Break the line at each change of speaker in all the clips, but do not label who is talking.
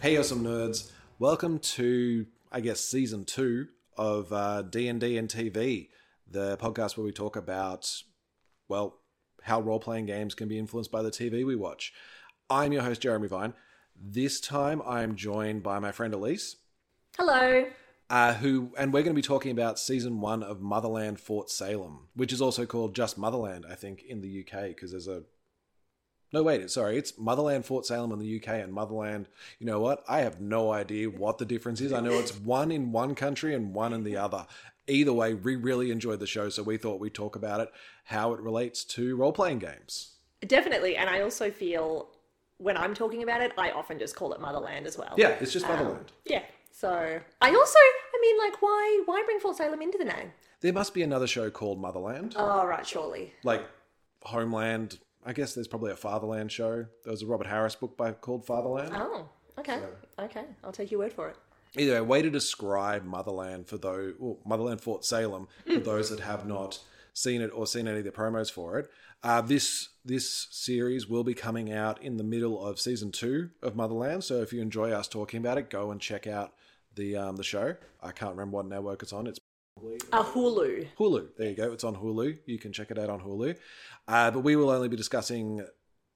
Hey, awesome nerds! Welcome to, I guess, season two of uh, D and D and TV, the podcast where we talk about, well, how role-playing games can be influenced by the TV we watch. I'm your host Jeremy Vine. This time, I am joined by my friend Elise,
Hello.
uh, who, and we're going to be talking about season one of Motherland Fort Salem, which is also called just Motherland, I think, in the UK, because there's a. No, wait, it's- sorry, it's Motherland Fort Salem in the UK and Motherland. You know what? I have no idea what the difference is. I know it's one in one country and one in the other. Either way, we really enjoyed the show, so we thought we'd talk about it, how it relates to role playing games.
Definitely. And I also feel when I'm talking about it, I often just call it Motherland as well.
Yeah, it's just Motherland.
Yeah. So I also, I mean, like, why, why bring Fort Salem into the name?
There must be another show called Motherland.
Oh, right, surely.
like Homeland. I guess there's probably a Fatherland show. There was a Robert Harris book by called Fatherland.
Oh, okay, okay. I'll take your word for it.
Either way, way to describe Motherland for those well, Motherland Fort Salem for those that have not seen it or seen any of the promos for it. Uh, this this series will be coming out in the middle of season two of Motherland. So if you enjoy us talking about it, go and check out the um, the show. I can't remember what network it's on. It's
A Hulu.
Hulu. There you go. It's on Hulu. You can check it out on Hulu. Uh, but we will only be discussing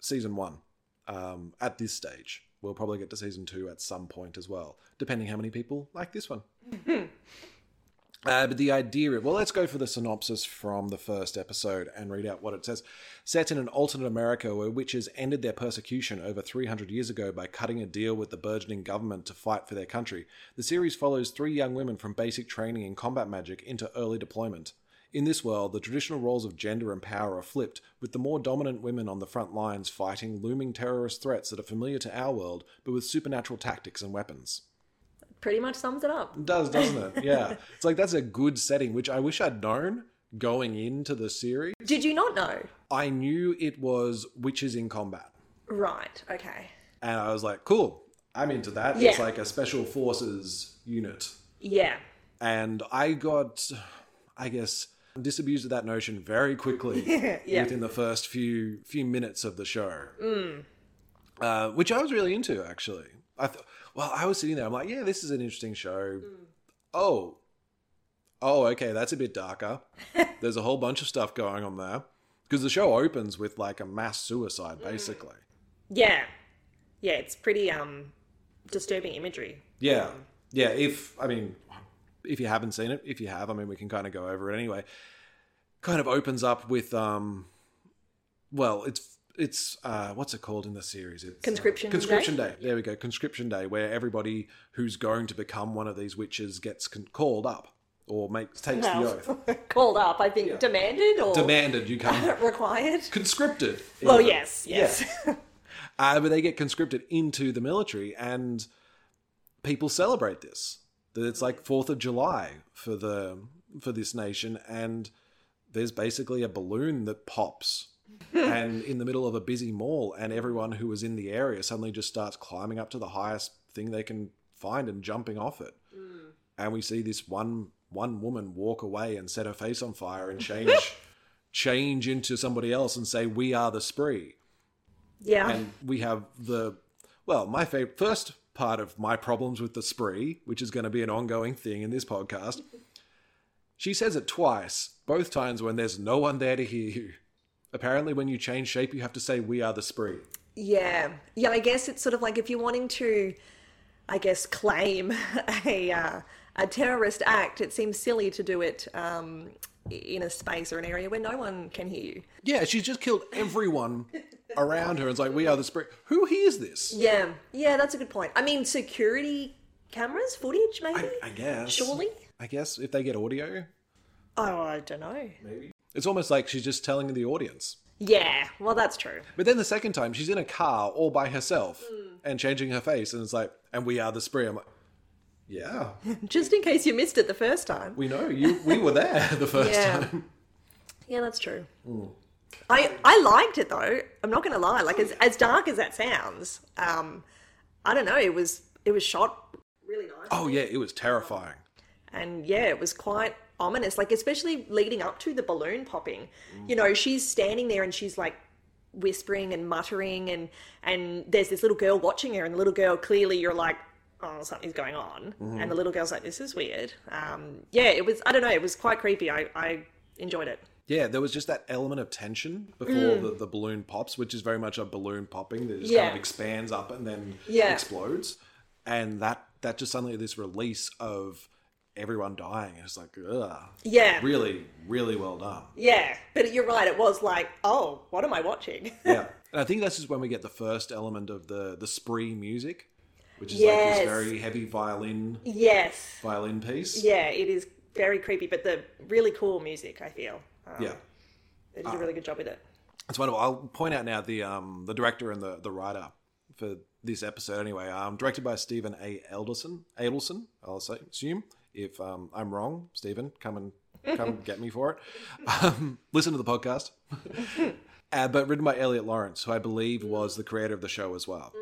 season one um, at this stage. We'll probably get to season two at some point as well, depending how many people like this one. Uh, but the idea, well, let's go for the synopsis from the first episode and read out what it says. Set in an alternate America where witches ended their persecution over 300 years ago by cutting a deal with the burgeoning government to fight for their country, the series follows three young women from basic training in combat magic into early deployment. In this world, the traditional roles of gender and power are flipped, with the more dominant women on the front lines fighting looming terrorist threats that are familiar to our world, but with supernatural tactics and weapons
Pretty much sums it up.
does, doesn't it? Yeah. it's like that's a good setting, which I wish I'd known going into the series.
Did you not know?
I knew it was witches in combat.
Right, okay.
And I was like, cool, I'm into that. It's
Yeah.
like a special forces unit.
Yeah.
And I got, I guess, disabused of that notion very quickly
Yeah.
within the first few few minutes of the show. Uh, which I was really into, actually. I th- well, I was sitting there, I'm like, yeah, this is an interesting show. Oh, oh, okay, that's a bit darker. There's a whole bunch of stuff going on there because the show opens with like a mass suicide, basically.
Yeah. Yeah, it's pretty um disturbing imagery.
Yeah,
Um,
yeah. If I mean, if you haven't seen it, if you have, I mean, we can kind of go over it anyway. Kind of opens up with, um, well, it's it's uh, what's it called in the series? It's uh,
Conscription Day?
conscription day. There we go. Conscription day, where everybody who's going to become one of these witches gets con- called up or makes takes the oath.
called up, I think, demanded or
Demanded you come
required.
conscripted.
Well,
even.
yes, yes.
uh, but they get conscripted into the military, and people celebrate this. That it's like Fourth of July for the for this nation, and there's basically a balloon that pops, and in the middle of a busy mall, and everyone who was in the area suddenly just starts climbing up to the highest thing they can find and jumping off it, and we see this one one woman walk away and set her face on fire and change change into somebody else and say, "We are the spree."
Yeah.
and we have the well my favorite first part of my problems with the spree which is going to be an ongoing thing in this podcast she says it twice both times when there's no one there to hear you apparently when you change shape you have to say we are the spree
Yeah. Yeah, I guess it's sort of like if you're wanting to, I guess, claim a, uh, a terrorist act, it seems silly to do it um, in a space or an area where no one can hear you.
yeah she's just killed everyone around her and it's like we are the spree who hears this
Yeah. Yeah, that's a good point. I mean, security cameras, footage, maybe?
i, I guess
Surely?
i guess if they get audio
Oh, I don't know.
it's almost like she's just telling the audience
Yeah. Well, that's true.
But then the second time, she's in a car all by herself
Mm.
and changing her face, and it's like, and we are the spree. I'm like, yeah,
Just in case you missed it the first time.
we know you. We were there the first
Yeah.
time.
Yeah, that's true. I I liked it though. I'm not gonna lie. Like as as dark as that sounds, um, I don't know. It was it was shot really nice,
Oh yeah, it was terrifying.
and yeah, it was quite ominous. Like especially leading up to the balloon popping. You know, she's standing there and she's like whispering and muttering and and there's this little girl watching her and the little girl clearly you're like oh something's going on and the little girl's like this is weird um yeah it was i don't know it was quite creepy i i enjoyed it
Yeah, there was just that element of tension before the, the balloon pops, which is very much a balloon popping that just kind of
Mm. Yeah.
expands up and then
Yeah.
explodes. And that that just suddenly this release of everyone dying. It's like, ugh.
yeah
Really, really well done.
yeah but you're right it was like oh what am i watching
Yeah. And I think this is when we get the first element of the the spree music, which is like
Yes.
this very heavy violin
yes
violin piece.
yeah it is very creepy but the really cool music i feel um,
Yeah.
they did a really good job with it
It's wonderful. I'll point out now the um, the director and the, the writer for this episode anyway. Um, directed by Stephen A. Elderson. Adelson, I'll say, assume. If um, I'm wrong, Stephen, come and come get me for it. Um, listen to the podcast. uh, but written by Elliot Lawrence, who I believe was the creator of the show as well,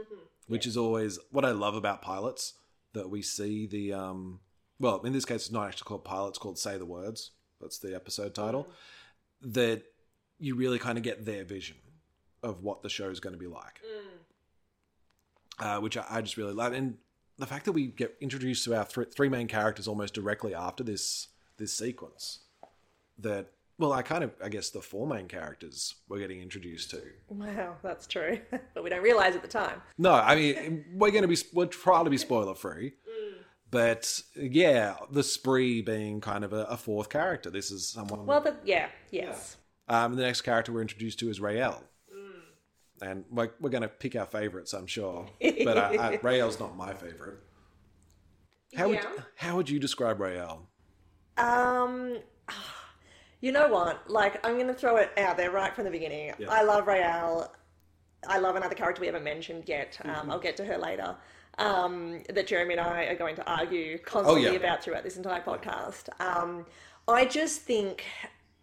which is always what I love about pilots that we see the um, well, in this case, it's not actually called pilot; it's called "Say the Words." That's the episode title. That you really kind of get their vision of what the show is going to be like, uh, which I, I just really love. And the fact that we get introduced to our thr three main characters almost directly after this this sequence, that well, I kind of I guess the four main characters we're getting introduced to.
wow that's true but we don't realize at the time
No, I mean we're going to be we'll try to be spoiler free, but yeah, the spree being kind of a, a fourth character. This is someone.
well the, yeah yes
Um, the next character we're introduced to is Rael. And we're, we're going to pick our favourites, I'm sure. But I, I, Rael's not my favourite. How, would,
Yeah.
how would you describe Rael?
Um, you know what? Like, I'm going to throw it out there right from the beginning.
Yeah.
I love Rael. I love another character we haven't mentioned yet.
Mm-hmm.
Um, I'll get to her later. Um, that Jeremy and I are going to argue constantly
Oh, yeah.
about throughout this entire podcast. Um, I just think,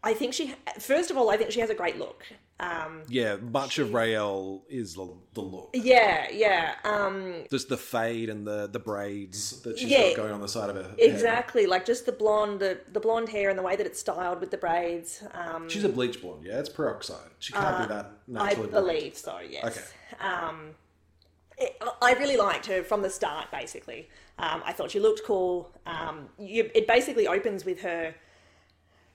I think she. First of all, I think she has a great look. Um,
Yeah, much of Rael is the, the look.
yeah, yeah. Um,
Just the fade and the, the braids that she's
Yeah.
got going on the side of her head.
exactly. Like just the blonde, the, the blonde hair and the way that it's styled with the braids. Um,
She's a bleach blonde, yeah? It's peroxide. She can't be that
Uh, I
naturally blonde.
believe so. Yes. Um,
Okay.
it- I really liked her from the start, basically. Um, I thought she looked cool. Um, you, it basically opens with her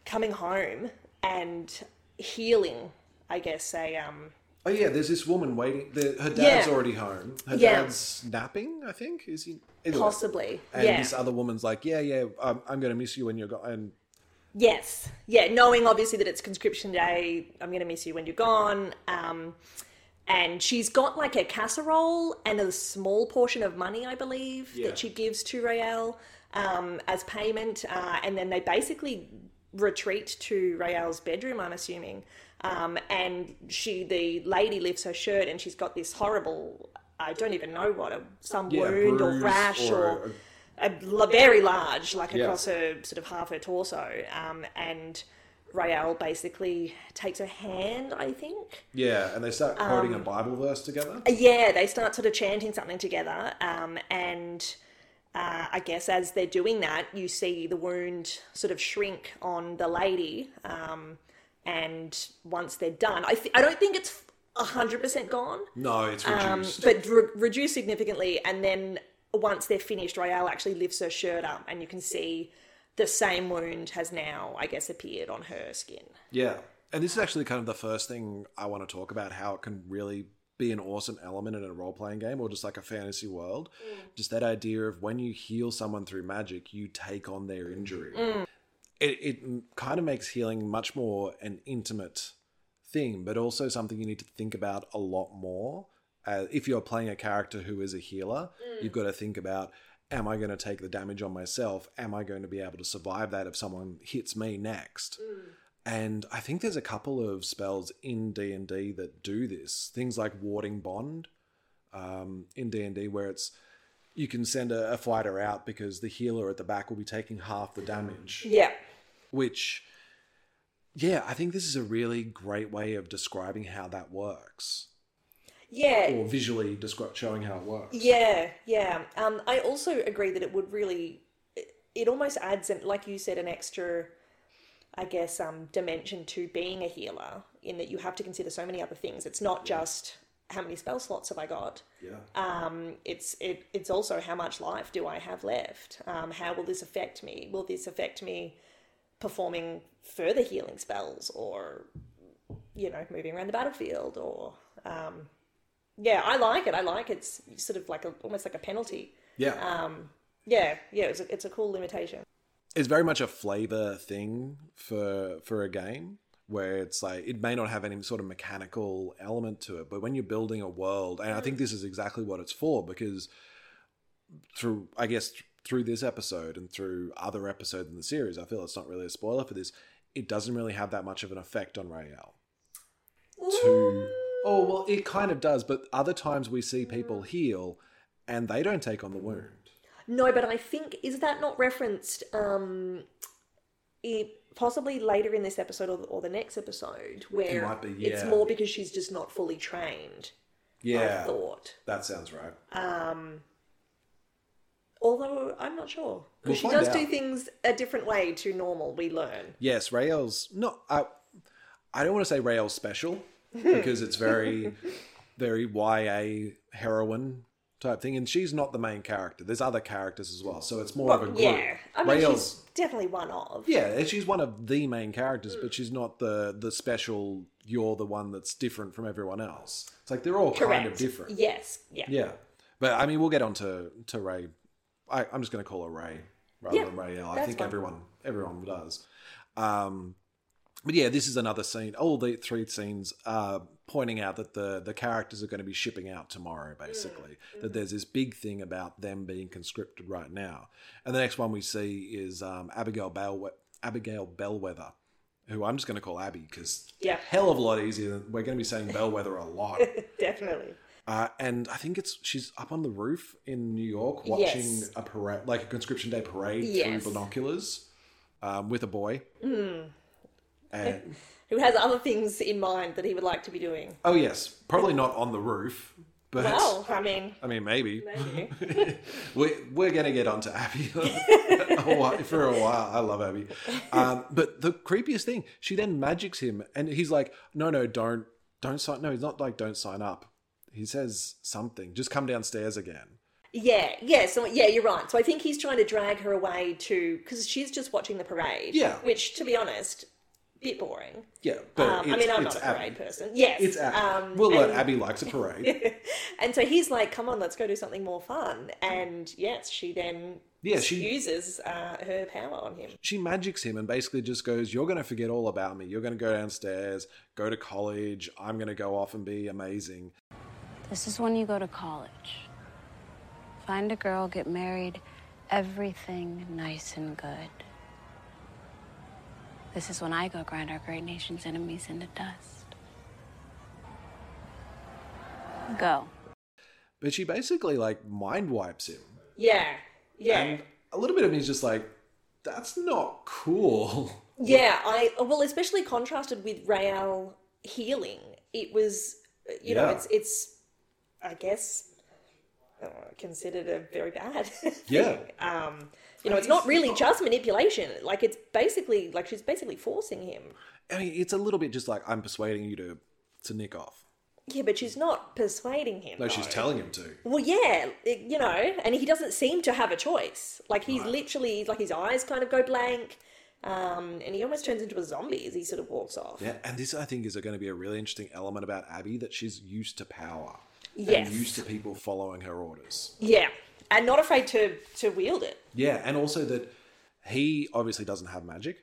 coming home and healing, I guess, a. Um,
Oh, yeah, there's this woman waiting. The, her dad's
Yeah.
already home. Her
Yeah.
dad's napping, I think. Is he? Either way.
possibly.
And
yeah.
this other woman's like, yeah, yeah, I'm, I'm going to miss you when you're gone. And
Yes. Yeah. Knowing obviously that it's conscription day, I'm going to miss you when you're gone. Um, and she's got like a casserole and a small portion of money, I believe,
Yeah.
that she gives to Rael um, as payment. Uh, and then they basically retreat to Rael's bedroom, I'm assuming. Um, and she, the lady, lifts her shirt and she's got this horrible. I don't even know what a some
Yeah,
wound or
bruise
rash
or
or,
a-
a, la- very large, like
Yeah.
across her sort of half her torso. Um, and Rael basically takes her hand, I think.
yeah, and they start quoting
Um,
a Bible verse together.
Yeah, they start sort of chanting something together. Um, and uh, I guess as they're doing that, you see the wound sort of shrink on the lady. Um, and once they're done, I, th- I don't think it's 100% gone.
No, it's
Um,
reduced.
But re- reduced significantly, and then once they're finished, Royale actually lifts her shirt up, and you can see the same wound has now, I guess, appeared on her skin.
yeah, and this is actually kind of the first thing I want to talk about how it can really be an awesome element in a role playing game or just like a fantasy world.
Mm.
Just that idea of when you heal someone through magic, you take on their injury.
Mm.
It, it kind of makes healing much more an intimate thing, but also something you need to think about a lot more. Uh, if you're playing a character who is a healer, you've got to think about am I going to take the damage on myself? Am I going to be able to survive that if someone hits me next? And I think there's a couple of spells in D&D that do this. Things like warding bond um, in D&D where it's you can send a, a fighter out because the healer at the back will be taking half the damage
Yeah,
which yeah i think this is a really great way of describing how that works
yeah,
or visually descri- showing how it works
yeah, yeah. Um, I also agree that it would really, it, it almost adds, an, like you said, an extra, I guess, um, dimension to being a healer in that you have to consider so many other things. It's not just how many spell slots have I got.
Yeah.
Um, it's it, it's also how much life do I have left? Um, how will this affect me? Will this affect me performing further healing spells, or you know, moving around the battlefield, or um, yeah, I like it. I like it's sort of like a, almost like a penalty.
yeah.
Yeah, yeah, it's a, it's a cool limitation.
it's very much a flavor thing for for a game where it's like it may not have any sort of mechanical element to it but when you're building a world and i think this is exactly what it's for because through i guess th- through this episode and through other episodes in the series i feel it's not really a spoiler for this it doesn't really have that much of an effect on rael to oh well it kind of does but other times we see people heal and they don't take on the wound
No, but I think is that not referenced um i possibly later in this episode or, or the next episode where
might be,
it's
yeah.
more because she's just not fully trained. I
yeah
thought.
that sounds right
Although I'm not sure. 'Cause
We'll
she
find
does do
out.
things a different way to normal, we learn.
Yes, Rails. No, I, I don't want to say Rails special because it's very, very YA heroine type thing, and she's not the main character. There's other characters as well, so it's more of a group.
Yeah. I mean
Rails.
she's definitely one of.
Yeah, and she's one of the main characters, but she's not the the special. You're the one that's different from everyone else. It's like they're all kind of
Correct.
different.
Yes. Yeah.
Yeah, but I mean, we'll get on to to Ray. I, I'm just going to call her Ray rather
Yeah,
than Rayel. I
that's
think
fine.
everyone everyone does. Um, but yeah, this is another scene. All the three scenes are pointing out that the the characters are going to be shipping out tomorrow.
Mm,
Basically, that there's this big thing about them being conscripted right now. And the next one we see is um, Abigail Bellwe- Abigail Bellwether, who I'm just going to call Abby because
Yeah.
hell of a lot easier. than We're going to be saying Bellwether a lot.
Definitely.
Uh, and I think it's she's up on the roof in New York watching
Yes.
a parade, like a conscription day parade
Yes. Hmm.
through binoculars, um, with a boy. And
Who has other things in mind that he would like to be doing?
oh yes, probably not on the roof, but
Well, I mean
I mean maybe.
maybe.
we, we're going to get onto Abby a while- for a while. I love Abby. Um, but the creepiest thing, she then magics him, and he's like, "No, no, don't, don't sign." No, he's not like, "Don't sign up." He says something. Just come downstairs again.
Yeah, yeah, so yeah, you're right. So I think he's trying to drag her away to because she's just watching the parade.
Yeah.
which to be honest, bit boring.
Yeah, but
Um, I
it's-
mean, I'm
it's
not a parade
Abby.
person. Yes,
It's Abby.
Um,
we'll let
and,
Abby likes a parade.
and so he's like, "Come on, let's go do something more fun." And yes, she then
Yeah, she
uses uh, her power on him.
she magics him and basically just goes, "You're going to forget all about me. You're going to go downstairs, go to college. I'm going to go off and be amazing."
This is when you go to college. Find a girl, get married, everything nice and good. This is when I go grind our great nation's enemies into dust. Go.
But she basically like mind wipes him,
Yeah, yeah,
and a little bit of me is just like, "That's not cool."
yeah. I well, especially contrasted with Rael healing, it was you know,
Yeah.
it's it's I guess uh, considered a very bad.
Yeah,
um, you know, it's not really just manipulation. Like it's basically like she's basically forcing him.
I mean, it's a little bit just like I'm persuading you to to nick off.
Yeah, but she's not persuading him.
No, she's
though.
telling him to.
Well, yeah, it- you know, and he doesn't seem to have a choice. Like he's literally like his eyes kind of go blank, um, and he almost turns into a zombie as he sort of walks off.
Yeah, and this I think is going to be a really interesting element about Abby that she's used to power.
Yes.
And used to people following her orders.
Yeah, and not afraid to to wield it.
Yeah, and also that he obviously doesn't have magic.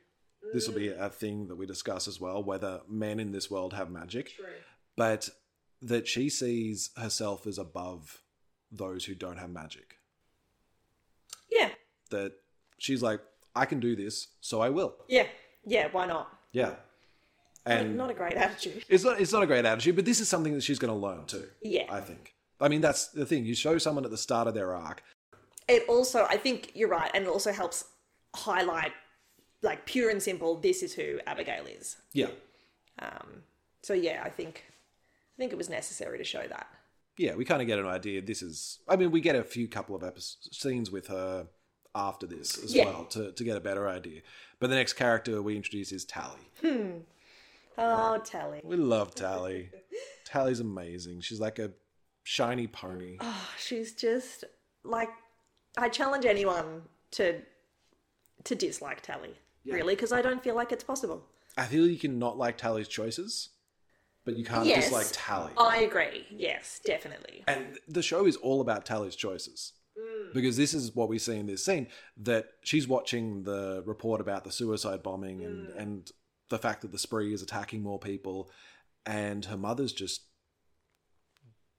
This will be a thing that we discuss as well whether men in this world have magic. True. But that she sees herself as above those who don't have magic.
Yeah,
That she's like, I can do this, so I will.
yeah, yeah. Why not?
Yeah. And
Not a great attitude.
It's not it's not a great attitude, but this is something that she's going to learn too.
Yeah.
I think. I mean, that's the thing. You show someone at the start of their arc.
it also i think you're right and it also helps highlight like pure and simple this is who abigail is
Yeah.
um, so yeah i think i think it was necessary to show that
Yeah, we kind of get an idea. This is. I mean, we get a few couple of episodes, scenes with her after this as
Yeah.
well to, to get a better idea. But the next character we introduce is Tally.
Oh, Tally.
We love Tally. Tally's amazing. She's like a shiny pony.
Oh, she's just like I challenge anyone to to dislike Tally, really, because I don't feel like it's possible.
I feel you can not like Tally's choices, but you can't
Yes.
dislike Tally.
I agree. Yes, definitely.
And the show is all about Tally's choices.
Mm.
Because this is what we see in this scene that she's watching the report about the suicide bombing and,
Mm.
and the fact that the spree is attacking more people. And her mother's just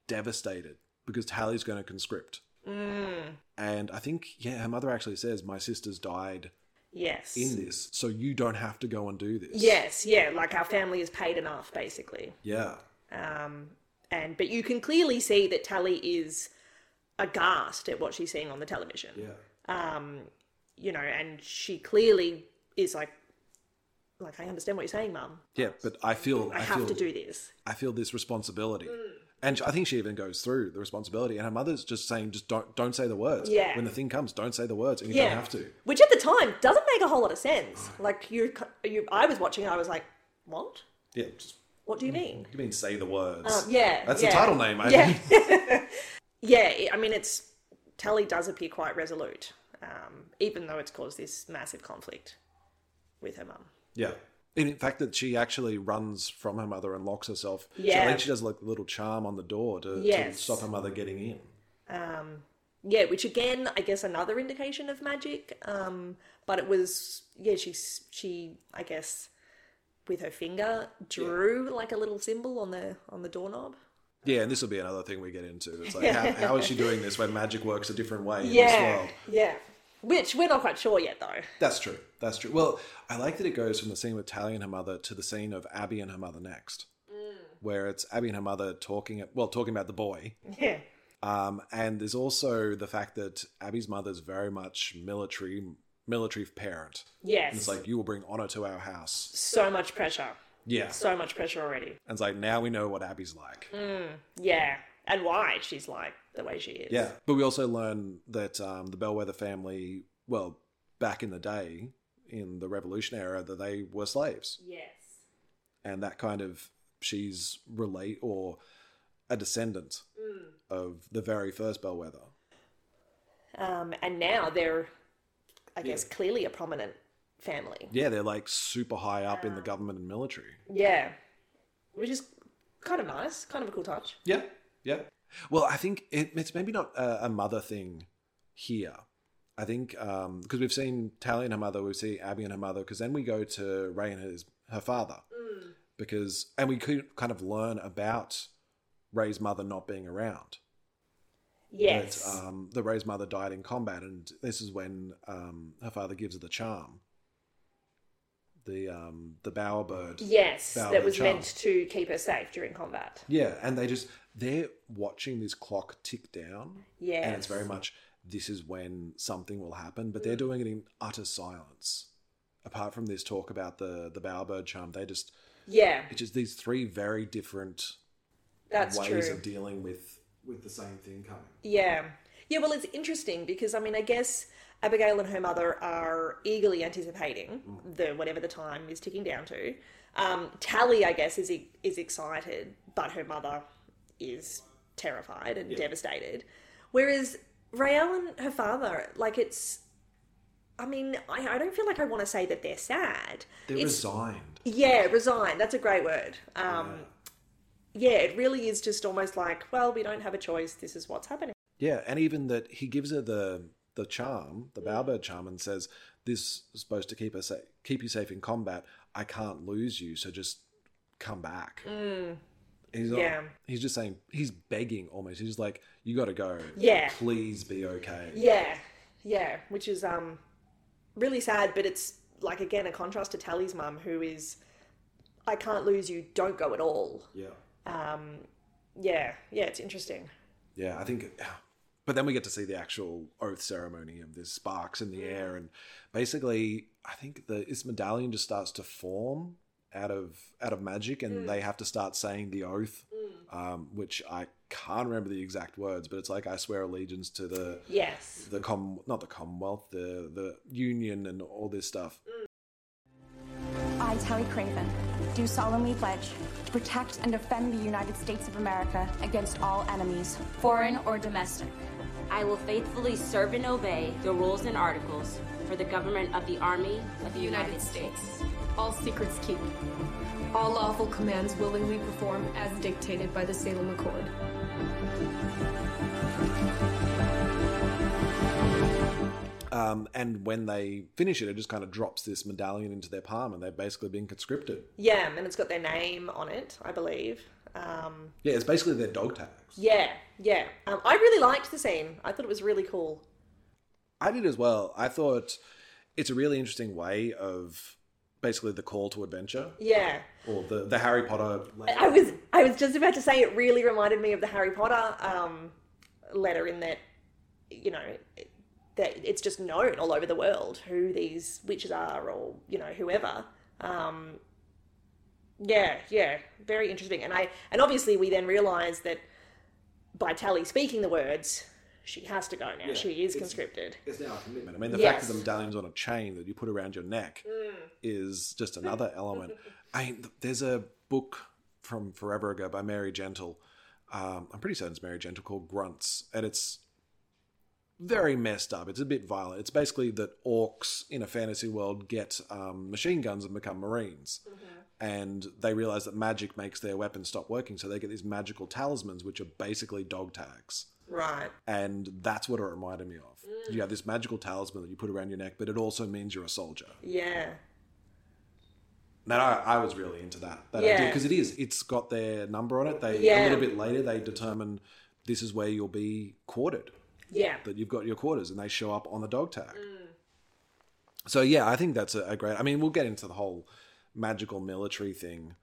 devastated because Tally's going to conscript.
Mm.
And I think, yeah, her mother actually says, My sister's died
Yes.
in this, so you don't have to go and do this.
Yes, yeah, like our family is paid enough, basically.
Yeah.
Um, and but you can clearly see that Tally is aghast at what she's seeing on the television. Um,
Yeah.
You know, and she clearly is like, like I understand what you're saying, Mum.
Yeah, but I feel
I, have
feel,
to do this.
I feel this responsibility.
Mm.
And I think she even goes through the responsibility, and her mother's just saying, "Just don't, don't say the words.
Yeah.
When the thing comes, don't say the words, and you
Yeah,
don't have to.
Which at the time doesn't make a whole lot of sense. Like you, you, I was watching, I was like, what?
Yeah. Just,
What do you mean?
you mean say the words?
Um, yeah,
Mm-hmm. That's
yeah.
the title name. I
Yeah.
think.
yeah, it- I mean, it's Tally does appear quite resolute, um, even though it's caused this massive conflict with her mum.
Yeah. And in fact, that she actually runs from her mother and locks herself. She- I
Yeah.
think she does like a little charm on the door to,
Yes.
to stop her mother getting in.
Yeah, which again, I guess, another indication of magic. Um, but it was yeah, she s- she I guess with her finger drew like a little symbol on the on the doorknob.
Yeah, and this will be another thing we get into. It's like, how, how is she doing this when magic works a different way in this world?
yeah. Which we're not quite sure yet, though.
That's true. That's true. Well, I like that it goes from the scene with Tally and her mother to the scene of Abby and her mother next, where it's Abby and her mother talking. Well, talking about the boy,
Yeah.
um, and there's also the fact that Abby's mother's very much military, military parent.
Yes.
It's like you will bring honor to our house.
so much pressure.
Yeah,
So much pressure already.
and it's like now we know what Abby's like.
Mm. Yeah. And why she's like the way she is.
Yeah, but we also learn that um, the Bellwether family, well, back in the day in the Revolution era, that they were slaves.
Yes.
and that kind of she's relate or a descendant of the very first bellwether.
Um, and now they're, I guess, clearly a prominent family.
Yeah, they're like super high up in the government and military.
Yeah. Which is kind of nice, kind of a cool touch.
Yeah, yeah. Well, I think it, it's maybe not a, a mother thing here. I think because we've seen Tally and her mother, we see Abby and her mother, because then we go to Ray and his her father, because and we could kind of learn about Ray's mother not being around.
Yes.
that um, the Ray's mother died in combat, and this is when um, her father gives her the charm, the um, the bower bird.
yes,
Bow
that
the
was
charm.
meant to keep her safe during combat.
Yeah, and they just they're watching this clock tick down,
Yes.
and it's very much this is when something will happen, but they're doing it in utter silence. Apart from this talk about the the bower bird charm, they just
Yeah,
it's just these three very different
that's
ways
true.
of dealing with with the same thing coming.
Yeah. Yeah, well, it's interesting because, I mean, I guess Abigail and her mother are eagerly anticipating the whatever the time is ticking down to. Um, Tally, I guess, is e- is excited, but her mother is terrified and devastated. Whereas Rael and her father, like, it's. I mean, I, I don't feel like I want to say that they're sad.
They're
It's-
resigned.
yeah, resign. That's a great word. Um, yeah, it really is just almost like, well, we don't have a choice. This is what's happening.
Yeah, and even that he gives her the the charm,
Mm.
the bowerbird charm, and says, "This is supposed to keep us sa- keep you safe in combat. I can't lose you, so just come back." He's not,
Mm. Yeah.
he's just saying he's begging almost. He's just like, "You got to go.
Yeah.
please be okay."
Yeah, yeah, which is um really sad, but it's like again a contrast to Tally's mum, who is I can't lose you, don't go at all.
Yeah,
Yeah, yeah, it's interesting.
yeah. I think, but then we get to see the actual oath ceremony, and there's sparks in the air, and basically, I think the its medallion just starts to form out of out of magic, and they have to start saying the oath. um, which I can't remember the exact words, but it's like I swear allegiance to the
Yes.
the com not the Commonwealth, the the Union, and all this stuff.
I
I, Tally Craven, do solemnly pledge to protect and defend the United States of America against all enemies,
foreign or domestic,
I will faithfully serve and obey the rules and articles for the government of the Army
of the United States. All secrets keep. All lawful commands willingly perform as dictated by the Salem Accord.
Um, and when they finish it, it just kind of drops this medallion into their palm, and they've basically been conscripted.
Yeah, and it's got their name on it, I believe. Um,
Yeah, it's basically their dog tags.
yeah, yeah. Um, I really liked the scene. I thought it was really cool.
I did as well. I thought it's a really interesting way of basically the call to adventure
Yeah.
or the, the Harry Potter.
I- I was I was just about to say it really reminded me of the Harry Potter um, letter in that you know it- that it's just known all over the world who these witches are or you know whoever. Um, yeah, yeah, very interesting. And I and obviously we then realise that by Tally speaking the words, she has to go now. she is
it's-
conscripted.
It's now a commitment. I mean, the fact
Yes.
that the medallion's on a chain that you put around your neck is just another element. I mean, th- there's a book from forever ago by Mary Gentle. Um, I'm pretty certain it's Mary Gentle called Grunts, and it's very messed up. It's a bit violent. It's basically that orcs in a fantasy world get um, machine guns and become marines. And they realize that magic makes their weapons stop working, so they get these magical talismans, which are basically dog tags
Right.
and that's what it reminded me of.
Mm.
You have this magical talisman that you put around your neck, but it also means you're a soldier.
Yeah.
And I, I was really into that that
Yeah.
idea because it is. It's got their number on it. They a
Yeah.
little bit later they determine this is where you'll be quartered.
Yeah.
That you've got your quarters, and they show up on the dog tag. So yeah, I think that's a, a great. I mean, we'll get into the whole magical military thing,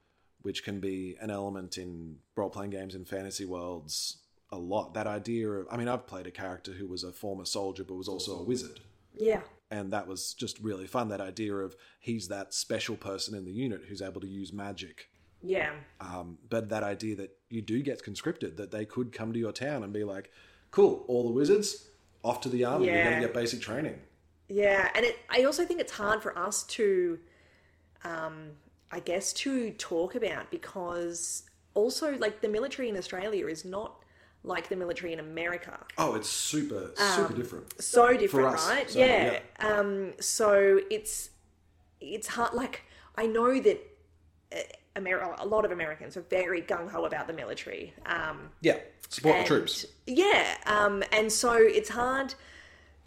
which can be an element in role playing games in fantasy worlds a lot. That idea of, I mean, I've played a character who was a former soldier but was also a wizard
Yeah.
and that was just really fun that idea of he's that special person in the unit who's able to use magic
Yeah.
um, but that idea that you do get conscripted that they could come to your town and be like cool all the wizards off to the army you're going
Yeah.
to get basic training
Yeah, and it, I also think it's hard for us to, um, I guess, to talk about because also like the military in Australia is not like the military in America.
oh it's super
Um,
super different
So different,
us,
right?
so,
yeah. Um, so it's it's hard. Like I know that uh, Amer- a lot of Americans are very gung ho about the military. Um,
yeah support the
and-
troops
Yeah, um, and so it's hard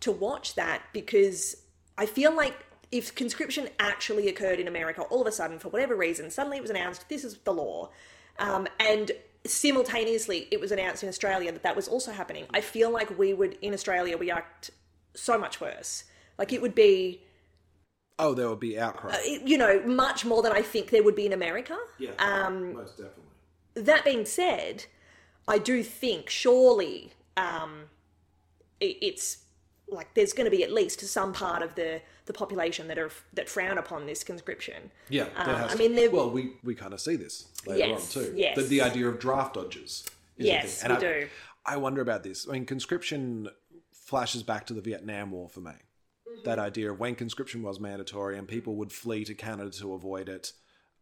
to watch that because I feel like if conscription actually occurred in America, all of a sudden, for whatever reason, suddenly it was announced this is the law, um, and simultaneously it was announced in Australia that that was also happening. I feel like we would in Australia we act so much worse. Like it would be,
oh there would be outcry
you know, much more than I think there would be in America.
yeah um, most definitely
that being said, I do think surely um, it, it's like there's going to be at least some part of the the population that are that frown upon this conscription.
yeah, there
Um,
has
I
to-
mean, there-
well, we, we kind of see this later
Yes,
on too.
yes.
The, the idea of draft dodges. Is a
Yes,
thing.
we
I,
do.
I wonder about this. I mean, conscription flashes back to the Vietnam War for me.
Mm-hmm.
That idea of when conscription was mandatory and people would flee to Canada to avoid it.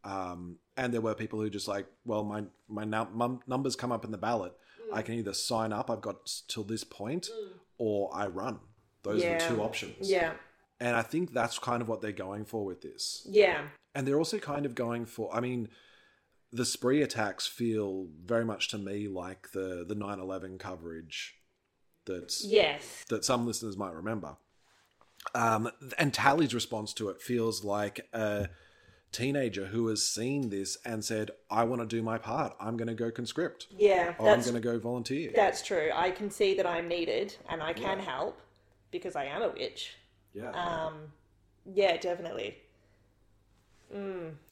Um, and there were people who just like, well, my my num- mum- numbers come up in the ballot.
Mm.
I can either sign up. I've got s- till this point, or I run. Those are
Yeah.
the two options.
Yeah,
And I think that's kind of what they're going for with this
yeah,
and they're also kind of going for i mean the spree attacks feel very much to me like the the 9-11 coverage that's
yes,
that some listeners might remember um, and tally's response to it feels like a teenager who has seen this and said i want to do my part i'm going to go conscript
yeah.
or Oh, i'm
that's
going to go volunteer
that's true. I can see that I'm needed and I can help because I am a witch.
yeah
Um, yeah, definitely.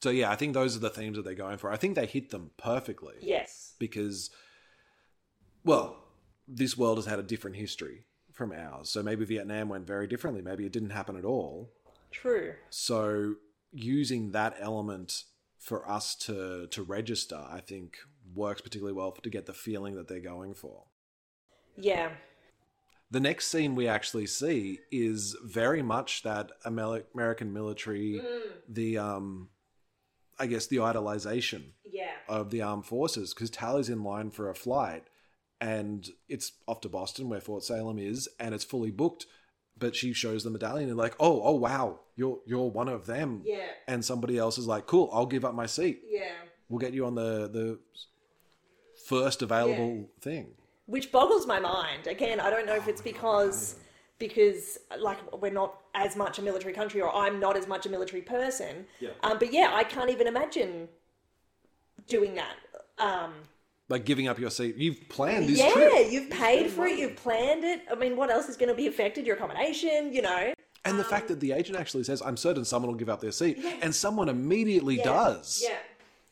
so yeah i think those are the themes that they're going for i think they hit them perfectly
Yes.
because, well, this world has had a different history from ours. So maybe Vietnam went very differently. Maybe it didn't happen at all.
True.
So using that element for us to to register, I think, works particularly well to get the feeling that they're going for.
Yeah.
The next scene we actually see is very much that Amel- American military, the um, I guess, the idolization
Yeah.
of the armed forces because Tally's in line for a flight and it's off to Boston where Fort Salem is and it's fully booked. But she shows the medallion and like, oh, oh wow, you're you're one of them.
Yeah.
And somebody else is like, cool, I'll give up my seat.
Yeah.
We'll get you on the the first available thing.
which boggles my mind. Again, I don't know if it's because because like we're not as much a military country, or I'm not as much a military person.
Yeah.
Um, but yeah, I can't even imagine doing that. Um,
Like giving up your seat. You've planned this
yeah,
trip.
you've paid for it, you've planned it. I mean, what else is going to be affected? Your accommodation, you know.
And the fact that the agent actually says, I'm certain someone will give up their seat. And someone immediately does.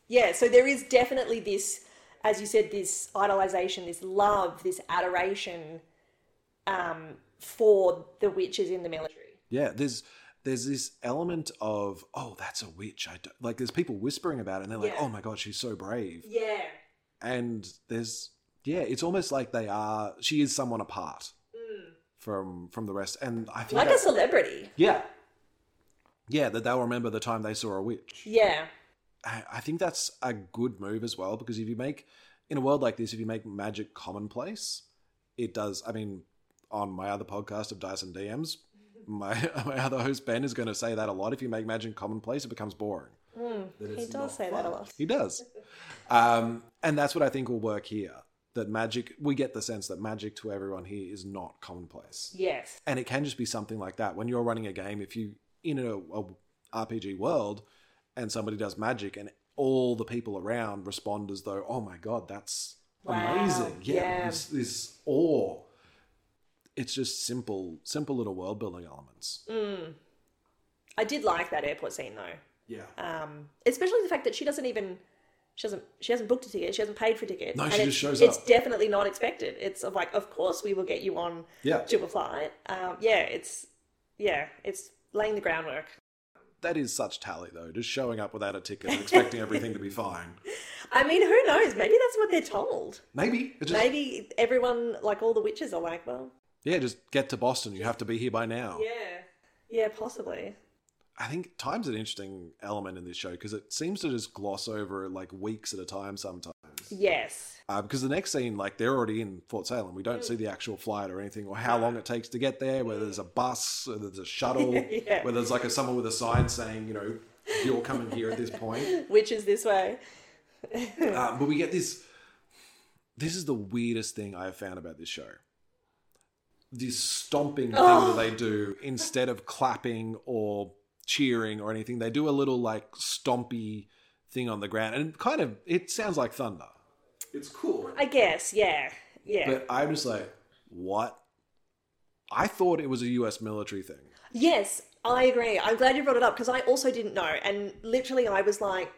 Yeah, so there is definitely this, as you said, this idolization, this love, this adoration um, for the witches in the military.
Yeah, there's there's this element of oh, that's a witch. I do like there's people whispering about it, and they're like,
Yeah.
oh my god, she's so brave.
Yeah.
And there's yeah, it's almost like they are. She is someone apart from from the rest, and I think
Mm. Like a
that-
celebrity.
yeah, yeah, that they'll remember the time they saw a witch.
Yeah.
I, I think that's a good move as well because if you make in a world like this, if you make magic commonplace, it does. I mean, on my other podcast of Dyson DMs, my my other host Ben is going to say that a lot. If you make magic commonplace, it becomes boring.
He does say that a lot.
He does, um, and that's what I think will work here. That magic, we get the sense that magic to everyone here is not commonplace
Yes.
and it can just be something like that when you're running a game if you in a, a rpg world and somebody does magic and all the people around respond as though oh my god that's amazing yeah,
yeah.
This, this awe it's just simple simple little world building elements
Mm. I did like that airport scene though.
yeah
Um, especially the fact that she doesn't even she doesn't she hasn't booked a ticket, she hasn't paid for a ticket.
No,
and
she
it's,
just shows
it's
up.
definitely not expected. It's of like, of course we will get you on
Yeah.
to a flight. Um, yeah, it's yeah, it's laying the groundwork.
that is such tally though just showing up without a ticket and expecting everything to be fine
I mean, who knows? Maybe that's what they're told.
maybe it just,
Maybe everyone, like all the witches, are like, well,
yeah just get to boston you have to be here by now
yeah, yeah, possibly.
I think time's an interesting element in this show because it seems to just gloss over like weeks at a time sometimes.
Yes,
Uh, because the next scene, like they're already in Fort Salem, we don't see the actual flight or anything, or how long it takes to get there. Whether there's a bus, whether there's a shuttle,
Yeah.
whether there's like a someone with a sign saying, you know, you're coming here at this point.
witches this way.
Uh, but we get this. This is the weirdest thing I have found about this show. This stomping thing
Oh.
that they do instead of clapping or cheering or anything, they do a little like stompy thing on the ground, and it kind of it sounds like thunder. It's cool,
I guess, yeah, yeah.
but I'm just like, what? I thought it was a U.S. military thing.
Yes, I agree. I'm glad you brought it up because I also didn't know, and literally I was like,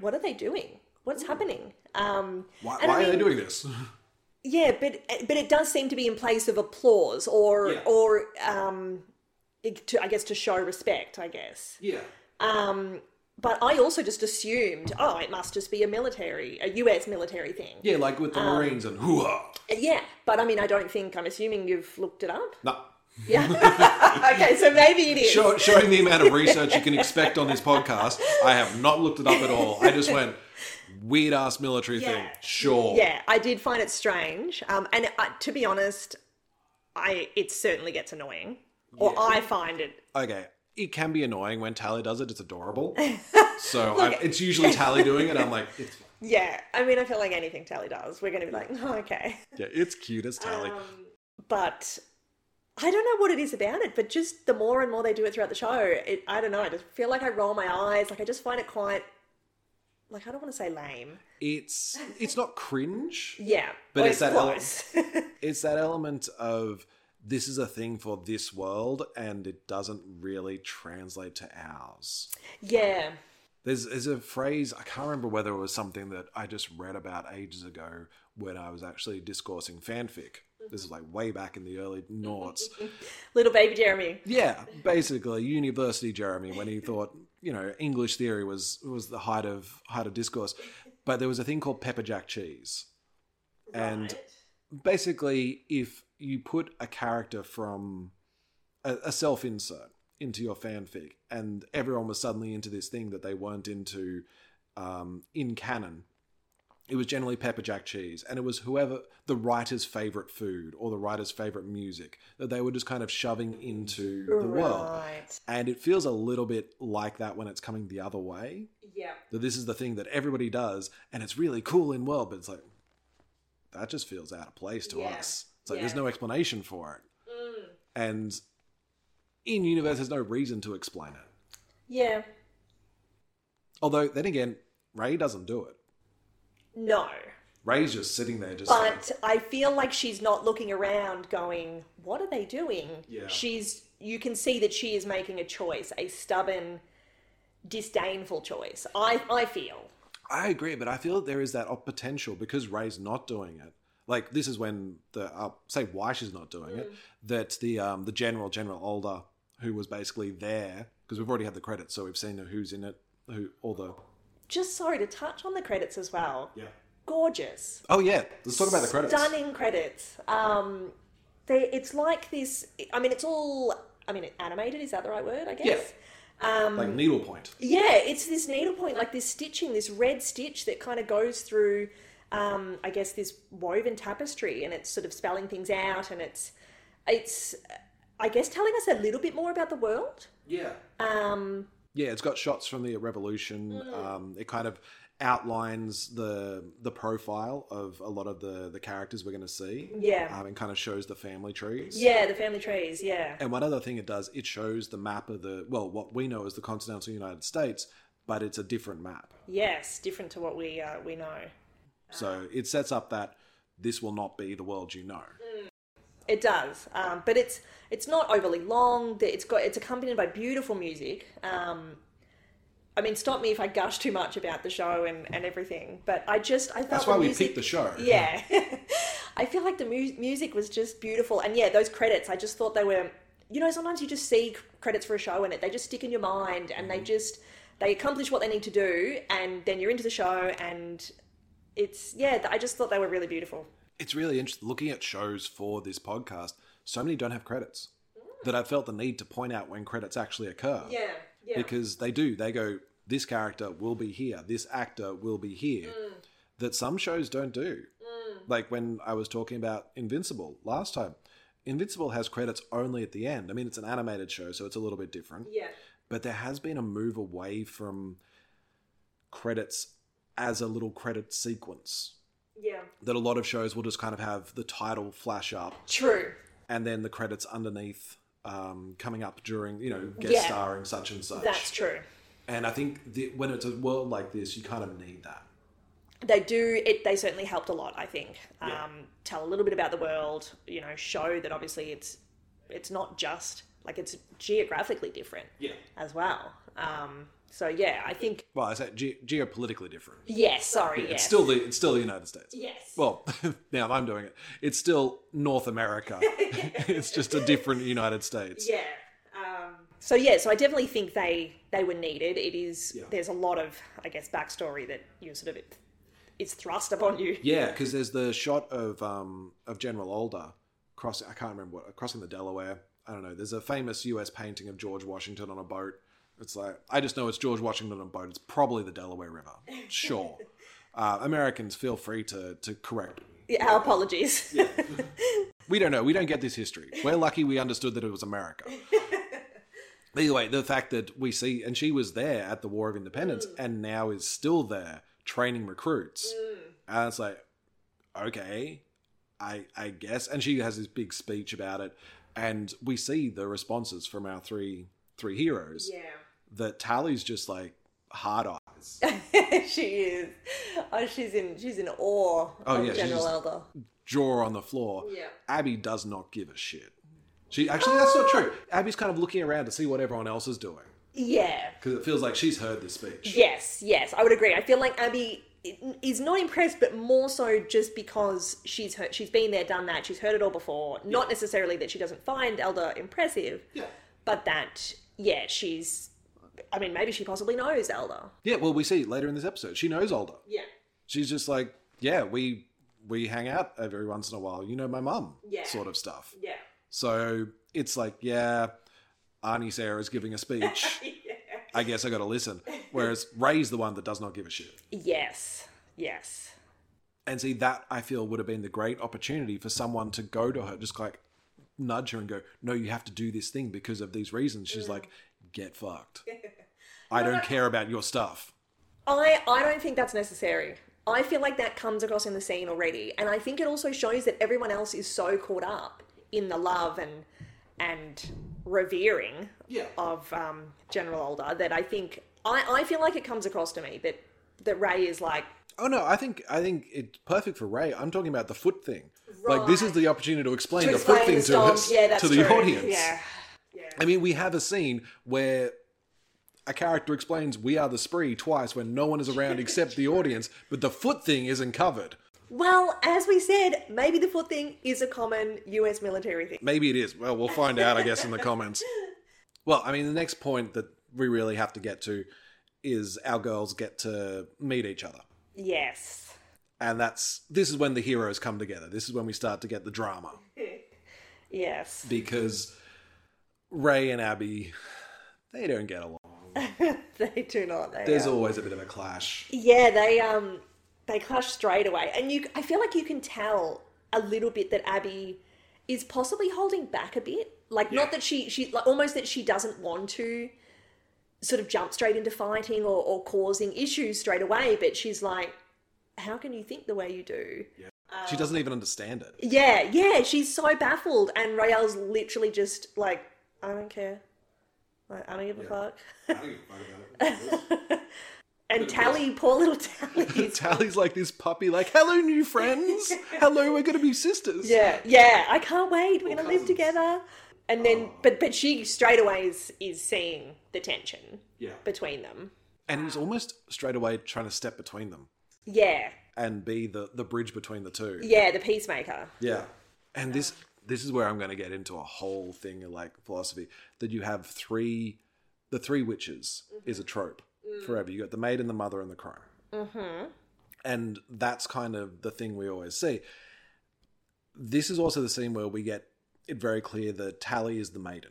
"What are they doing? What's
Mm.
happening?" Um,
Why,
and I
why are they
mean,
doing this?
Yeah, but but it does seem to be in place of applause or
Yeah.
or um, it- to I guess to show respect. I guess.
yeah,
Um, but I also just assumed, oh, it must just be a military, a US military thing.
yeah, like with the
Um,
Marines and hoo ha.
Yeah, but I mean, I don't think I'm assuming you've looked it up.
No.
Yeah. okay, so maybe it is.
Show, showing the amount of research you can expect on this podcast, I have not looked it up at all. I just went weird ass military thing.
Yeah.
Sure.
Yeah, I did find it strange. Um, and uh, to be honest, I it certainly gets annoying, or I find it.
Okay. It can be annoying when Tally does it. It's adorable. So I, it's usually Tally doing it. I'm like, it's,
Yeah, I mean, I feel like anything Tally does, we're going to be like, oh, okay.
yeah, it's cute as Tally.
Um, But I don't know what it is about it. But just the more and more they do it throughout the show, it, I don't know. I just feel like I roll my eyes. Like I just find it quite. Like I don't want to say lame.
It's it's not cringe.
Yeah,
But
or
it's that
close.
It's that element of this is a thing for this world, and it doesn't really translate to ours.
yeah.
There's, there's a phrase, I can't remember whether it was something that I just read about ages ago when I was actually discoursing fanfic. This is like way back in the early noughts.
Little baby Jeremy.
yeah, basically University Jeremy when he thought, you know, English theory was was the height of height of discourse. But there was a thing called pepper jack cheese. And basically if you put a character from a, a self insert into your fanfic, and everyone was suddenly into this thing that they weren't into um, in canon. It was generally pepper jack cheese, and it was whoever the writer's favorite food or the writer's favorite music that they were just kind of shoving into the world.
Right.
And it feels a little bit like that when it's coming the other way.
Yeah.
That this is the thing that everybody does, and it's really cool in world, but it's like that just feels out of place to
Yeah.
us. It's like
Yeah. Mm.
there's no explanation for it, and in universe, there's no reason to explain it.
Yeah.
Although then again, Ray doesn't do it.
No.
Ray's just sitting there, just like,
But I feel like she's not looking around going, what are they doing?
Yeah.
She's, you can see that she is making a choice, a stubborn, disdainful choice. I, I feel.
I agree, but I feel that there is that op- potential because Ray's not doing it. Like this is when the I'll say why she's not doing it.
Mm.
That the um the general General Alder who was basically there because we've already had the credits, so we've seen who's in it, who all the
Just sorry to touch on the credits as well.
yeah.
Gorgeous.
Oh yeah, let's talk about the credits.
Stunning credits. Um, they, it's like this, I mean, it's all, I mean, animated, is that the right word, I guess?
Yeah.
Um,
like needlepoint.
Yeah, it's this needlepoint, like this stitching, this red stitch that kind of goes through, um, I guess, this woven tapestry, and it's sort of spelling things out, and it's, it's, I guess, telling us a little bit more about the world.
Yeah.
Um,
Yeah, it's got shots from the revolution. Um, it kind of outlines the the profile of a lot of the the characters we're going to see.
Yeah.
Um, and kind of shows the family trees.
yeah, the family trees. Yeah,
And one other thing it does, it shows the map of the well, what we know as the continental United States, but it's a different map.
yes, different to what we uh, we know.
So it sets up that this will not be the world you know.
Mm. It does, um, but it's it's not overly long. It's got it's accompanied by beautiful music. Um, I mean, stop me if I gush too much about the show and, and everything, but I just I felt
That's
the
why we
music-
picked the show.
Yeah, I feel like the mu- music was just beautiful, and yeah, those credits. I just thought they were. You know, sometimes you just see c- credits for a show and it they just stick in your mind, and they just they accomplish what they need to do, and then you're into the show, and it's yeah. I just thought they were really beautiful.
It's really interesting looking at shows for this podcast. So many don't have credits that I felt the need to point out when credits actually occur.
yeah.
because they do. They go, this character will be here, this actor will be here.
Mm.
That some shows don't do. Like when I was talking about Invincible last time, Invincible has credits only at the end. I mean, it's an animated show, so it's a little bit different.
yeah.
But there has been a move away from credits as a little credit sequence.
Yeah.
That a lot of shows will just kind of have the title flash up
True.
and then the credits underneath um, coming up during, you know, guest
Yeah.
starring such and such.
That's true.
And I think the, when it's a world like this, you kind of need that.
They do it. They certainly helped a lot. I think um, tell a little bit about the world. You know, show that obviously it's it's not just like it's geographically different
Yeah.
as well. Um, so yeah, I think
Well, is that ge- geopolitically different?
yeah. Sorry, yes.
It's still the it's still the United States.
yes.
Well, now I'm doing it. It's still North America. it's just a different United States.
Yeah. Um, so yeah, so I definitely think they they were needed. It is
Yeah.
there's a lot of I guess backstory that you sort of it, it's thrust upon you.
Yeah, because there's the shot of um of General Alder crossing. I can't remember what crossing the Delaware. I don't know. There's a famous U.S. painting of George Washington on a boat. It's like I just know it's George Washington on a boat. It's probably the Delaware River. Sure, uh, Americans feel free to to correct me.
Yeah, our apologies.
We don't know. We don't get this history. We're lucky we understood that it was America. Either way, the fact that we see, and she was there at the War of Independence and now is still there training recruits. And it's like, okay, I, I guess. And she has this big speech about it. And we see the responses from our three three heroes that Tally's just like hard eyes.
she is. Oh, she's in. She's in awe
Oh,
of
yeah, she's
General
just-
Elder.
jaw on the floor.
Yeah.
Abby does not give a shit. She actually that's not true. Abby's kind of looking around to see what everyone else is doing
Yeah.
because it feels like she's heard this speech.
Yes. Yes. I would agree. I feel like Abby i- is not impressed, but more so just because she's heard, she's been there, done that. She's heard it all before. Not necessarily that she doesn't find Elder impressive,
Yeah.
but that yeah, she's. I mean, maybe she possibly knows Elder.
Yeah, well we see later in this episode she knows Alda.
Yeah.
She's just like, yeah, we we hang out every once in a while. You know my mum,
Yeah.
sort of stuff.
Yeah.
So it's like, yeah, Arnie Sarah's giving a speech. I guess I got to listen. Whereas Ray's the one that does not give a shit.
Yes. Yes.
And see, that I feel would have been the great opportunity for someone to go to her, just like nudge her and go, No, you have to do this thing because of these reasons. She's like, Get fucked. I don't care about your stuff.
I, I don't think that's necessary. I feel like that comes across in the scene already, and I think it also shows that everyone else is so caught up in the love and and revering of um, General Older that I think I, I feel like it comes across to me that that Ray is like
Oh no, I think I think it's perfect for Ray. I'm talking about the foot thing. Like this is the opportunity to explain the foot
explain
thing
the
to
stomp.
us
Yeah, that's
to the
true.
audience.
Yeah.
I mean, we have a scene where a character explains "We are the spree" twice when no one is around except the audience, but the foot thing isn't covered.
well as we said maybe the foot thing is a common U.S. military thing.
Maybe it is. Well, we'll find out, I guess, in the comments. Well, I mean, the next point that we really have to get to is our girls get to meet each other.
Yes.
And that's this is when the heroes come together. This is when we start to get the drama.
Yes.
because Ray and Abby, they don't get along.
They do not. They
There's
are-
always a bit of a clash.
Yeah, they um they clash straight away, and you I feel like you can tell a little bit that Abby is possibly holding back a bit. Like not that she she like almost that she doesn't want to sort of jump straight into fighting or, or causing issues straight away, but she's like, how can you think the way you do?
she doesn't even understand it.
Yeah, yeah, she's so baffled, and Rael's literally just like, I don't care. Like, I don't give a fuck. and Tally, poor little Tally, is
Tally's like this puppy, like, hello, new friends. Hello, we're going to be sisters.
Yeah, yeah. I can't wait. We're gonna live together. And then, but but she straight away is is seeing the tension
Yeah.
between them.
And he's almost straight away trying to step between them
Yeah,
and be the, the bridge between the two.
yeah. The peacemaker.
Yeah. And this this is where I'm going to get into a whole thing of like philosophy that you have three the three witches is a trope forever. You got the maid and the mother and the crone. Mm. Mm-hmm. And that's kind of the thing we always see. This is also the scene where we get it very clear that Tally is the maiden.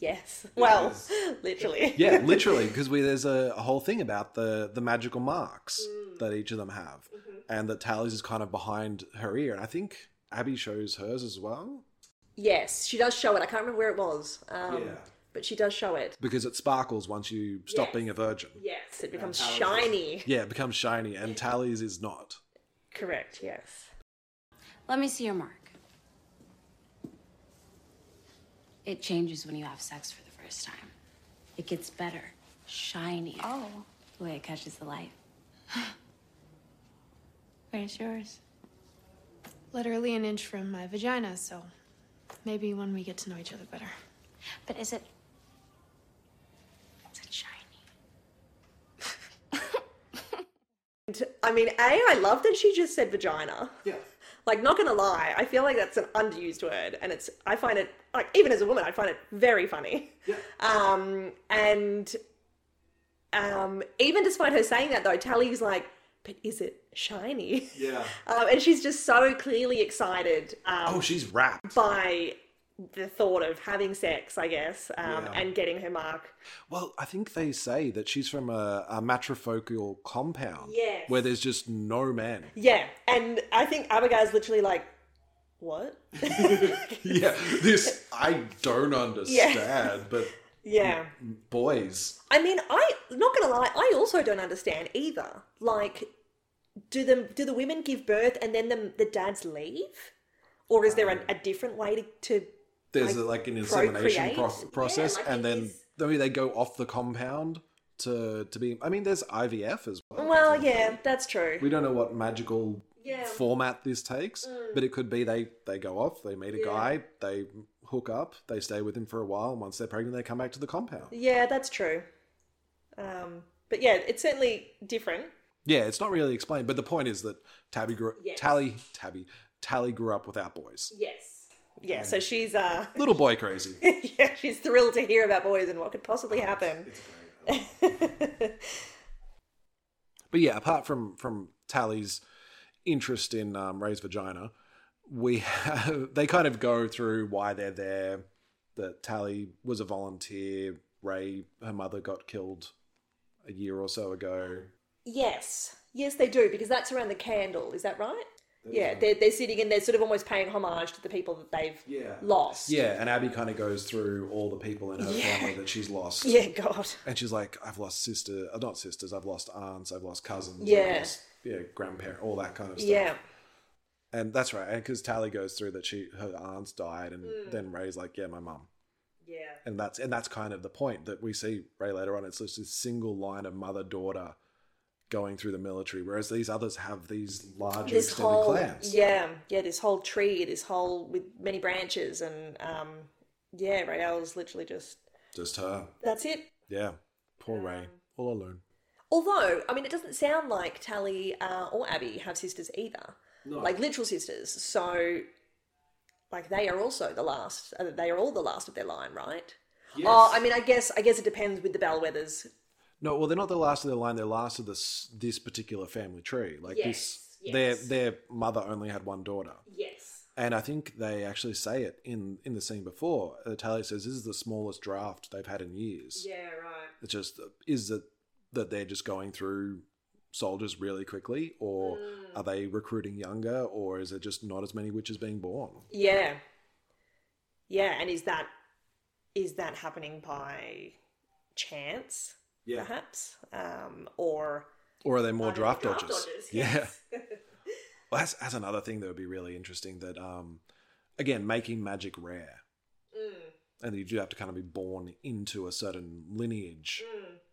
Yes. Well, literally.
Yeah, literally, because there's a, a whole thing about the the magical marks that each of them have, and that Tally's is kind of behind her ear, and I think Abby shows hers as well.
Yes, she does show it. I can't remember where it was. Um,
Yeah.
But she does show it.
because it sparkles once you stop being a virgin.
Yes, it becomes shiny.
Yeah, it becomes shiny, and Tally's is not.
Correct. Yes.
Let me see your mark. It changes when you have sex for the first time. It gets better, shinier.
Oh.
The way it catches the light. Where's yours?
Literally an inch from my vagina, so maybe when we get to know each other better.
But is it. Is it shiny?
And, I mean, a I love that she just said vagina. Yeah. Like, not gonna lie, I feel like that's an underused word, and it's I find it like even as a woman, I find it very funny. Yeah. Um, and um, even despite her saying that though, Tally's like, but is it shiny?
Yeah.
Um, and she's just so clearly excited um,
Oh, she's wrapped.
by the thought of having sex, I guess, um,
Yeah.
and getting her mark.
Well, I think they say that she's from a, a matrifocal compound
Yes.
where there's just no men.
Yeah, and I think Abigail's literally like, what?
yeah, this I don't understand, but
Yeah.
boys.
I mean, I not gonna lie, I also don't understand either. Like, do the do the women give birth and then the the dads leave, or is there a, a different way to, to
There's
Like,
like an insemination
procreate?
pro-
Yeah,
process,
like
and
it
then
is-
I mean, they go off the compound to to be. I mean, there's IVF as well.
Well, yeah, that's true.
we don't know what magical format this takes,
Mm.
but it could be they they go off, they meet a guy, they hook up, they stay with him for a while, and once they're pregnant, they come back to the compound.
Yeah, that's true. Um, but yeah, it's certainly different.
Yeah, it's not really explained, but the point is that Tabby grew
Yes.
Tally Tabby Tally grew up without boys.
Yes. Yeah, so she's uh,
Little boy crazy.
yeah, she's thrilled to hear about boys and what could possibly happen.
but yeah, apart from from Tally's interest in um, Ray's vagina, we have, they kind of go through why they're there. that Tally was a volunteer. Ray, her mother got killed a year or so ago.
Yes, yes, they do because that's around the candle. Is that right? Yeah, they're, they're sitting and they're sort of almost paying homage to the people that they've lost.
Yeah, and Abby kind of goes through all the people in her
Yeah.
family that she's lost.
yeah, God.
And she's like, I've lost sister, uh, not sisters, I've lost aunts, I've lost cousins, I've
Yeah.
lost, yeah, grandparent, all that kind of stuff.
Yeah,
And that's right, because Tally goes through that she her aunts died, and
Mm.
then Ray's like, yeah, my mum.
yeah.
and that's and that's kind of the point that we see Ray later on. It's just this single line of mother daughter going through the military, whereas these others have these larger
this
extended
whole
clans.
yeah yeah this whole tree this whole with many branches and um yeah Rael's literally just
Just her,
that's it
yeah, poor
Um,
Ray, all alone.
although i mean it doesn't sound like tally uh, or abby have sisters either like literal sisters so like they are also the last uh, they are all the last of their line right oh i mean i guess i guess it depends with the bellwethers
No, well, they're not the last of their line. They're last of this this particular family tree. Like this, their their mother only had one daughter.
Yes.
And I think they actually say it in in the scene before. Uh, Talia says this is the smallest draft they've had in years. Yeah, right. It's just is it that they're just going through soldiers really quickly, or are they recruiting younger, or is it just not as many witches being born?
yeah yeah and is that is that happening by chance
Yeah.
perhaps, um, or
Or are they more Oh, draft, dodgers? Yeah. well, that's, that's another thing that would be really interesting. That um, again, making magic rare, Mm. and you do have to kind of be born into a certain lineage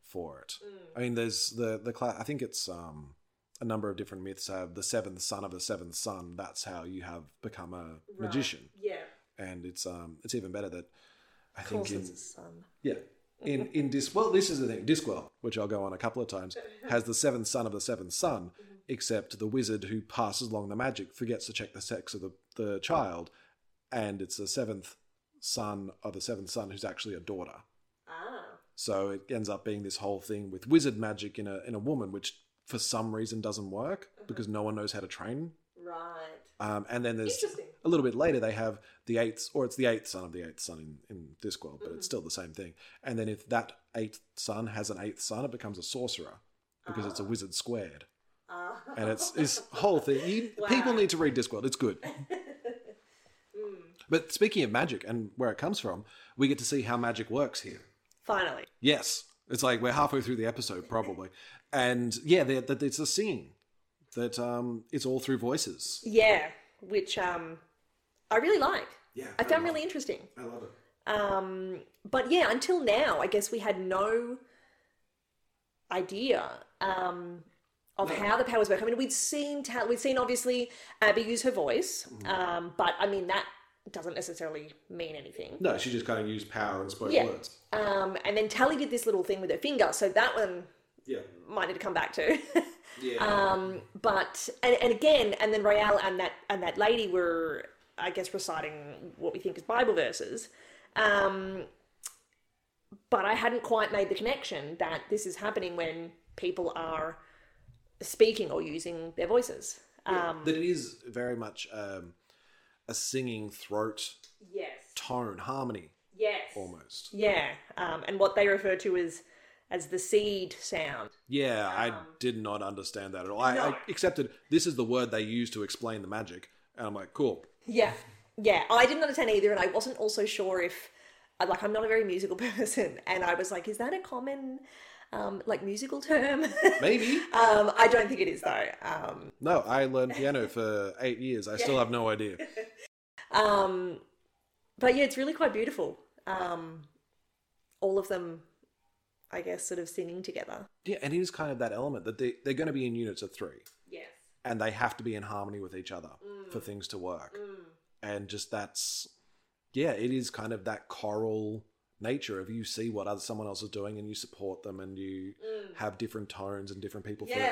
for it. I mean, there's the the cla- I think it's um, a number of different myths have the seventh son of the seventh son. That's how you have become a magician,
yeah,
and it's um, it's even better that I
of course
think in,
it's his son.
yeah. In in Dis well, this is the thing. Discworld, which I'll go on a couple of times, has the seventh son of the seventh son, except the wizard who passes along the magic forgets to check the sex of the, the child, and it's the seventh son of the seventh son who's actually a daughter.
Ah,
So it ends up being this whole thing with wizard magic in a in a woman, which for some reason doesn't work because no one knows how to train
right.
um, and then there's
Interesting.
a little bit later they have the eighth, or it's the eighth son of the eighth son in, in Discworld, but it's still the same thing. And then if that eighth son has an eighth son, it becomes a sorcerer because it's a wizard squared. And it's this whole thing. You, People need to read Discworld; it's good. But speaking of magic and where it comes from, we get to see how magic works here.
Finally,
Yes. It's like we're halfway through the episode, probably. And yeah, they're- that it's a singing that um, it's all through voices.
yeah, which um, I really like.
Yeah,
I found really interesting.
I love it.
Um, but yeah, until now, I guess we had no idea um, of how the powers work. I mean, we'd seen ta- we'd seen obviously Abby use her voice, um, but I mean that doesn't necessarily mean anything.
No, she just kind of used power and spoke
Yeah.
words.
Um, and then Tally did this little thing with her finger, so that one
Yeah.
might need to come back to.
Yeah.
um, but and, and again, and then Rael and that and that lady were, I guess, reciting what we think is Bible verses. Um, but I hadn't quite made the connection that this is happening when people are speaking or using their voices. Um,
that it is very much um, a singing throat
yes.
tone, harmony
Yes.
almost.
Yeah. Um, and what they refer to as as the seed sound.
Yeah, I
Um,
did not understand that at all. I, I accepted this is the word they use to explain the magic. And I'm like, cool.
Yeah, yeah. I didn't understand either, and I wasn't also sure if, like, I'm not a very musical person, and I was like, is that a common, um, like, musical term?
Maybe.
um, I don't think it is though. Um,
no, I learned piano for eight years. I still have no idea.
um, but yeah, it's really quite beautiful. Um, all of them, I guess, sort of singing together.
Yeah, and it is kind of that element that they, they're going to be in units of three. Yes. And they have to be in harmony with each other for things to work. And just that's, yeah, it is kind of that choral nature of you see what other someone else is doing and you support them and you have different tones and different people for it.
yeah.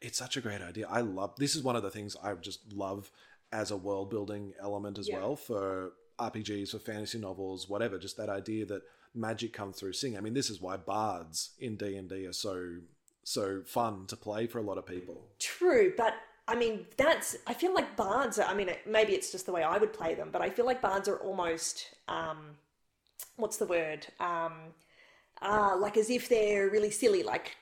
It's such a great idea. I love, this is one of the things I just love as a world building element as well for RPGs, for fantasy novels, whatever. Just that idea that magic comes through singing. I mean, this is why bards in D and D are so so fun to play for a lot of people.
True, but I mean, that's. I feel like bards are. I mean, it- maybe it's just the way I would play them, but I feel like bards are almost um, what's the word? Um, uh, like as if they're really silly, like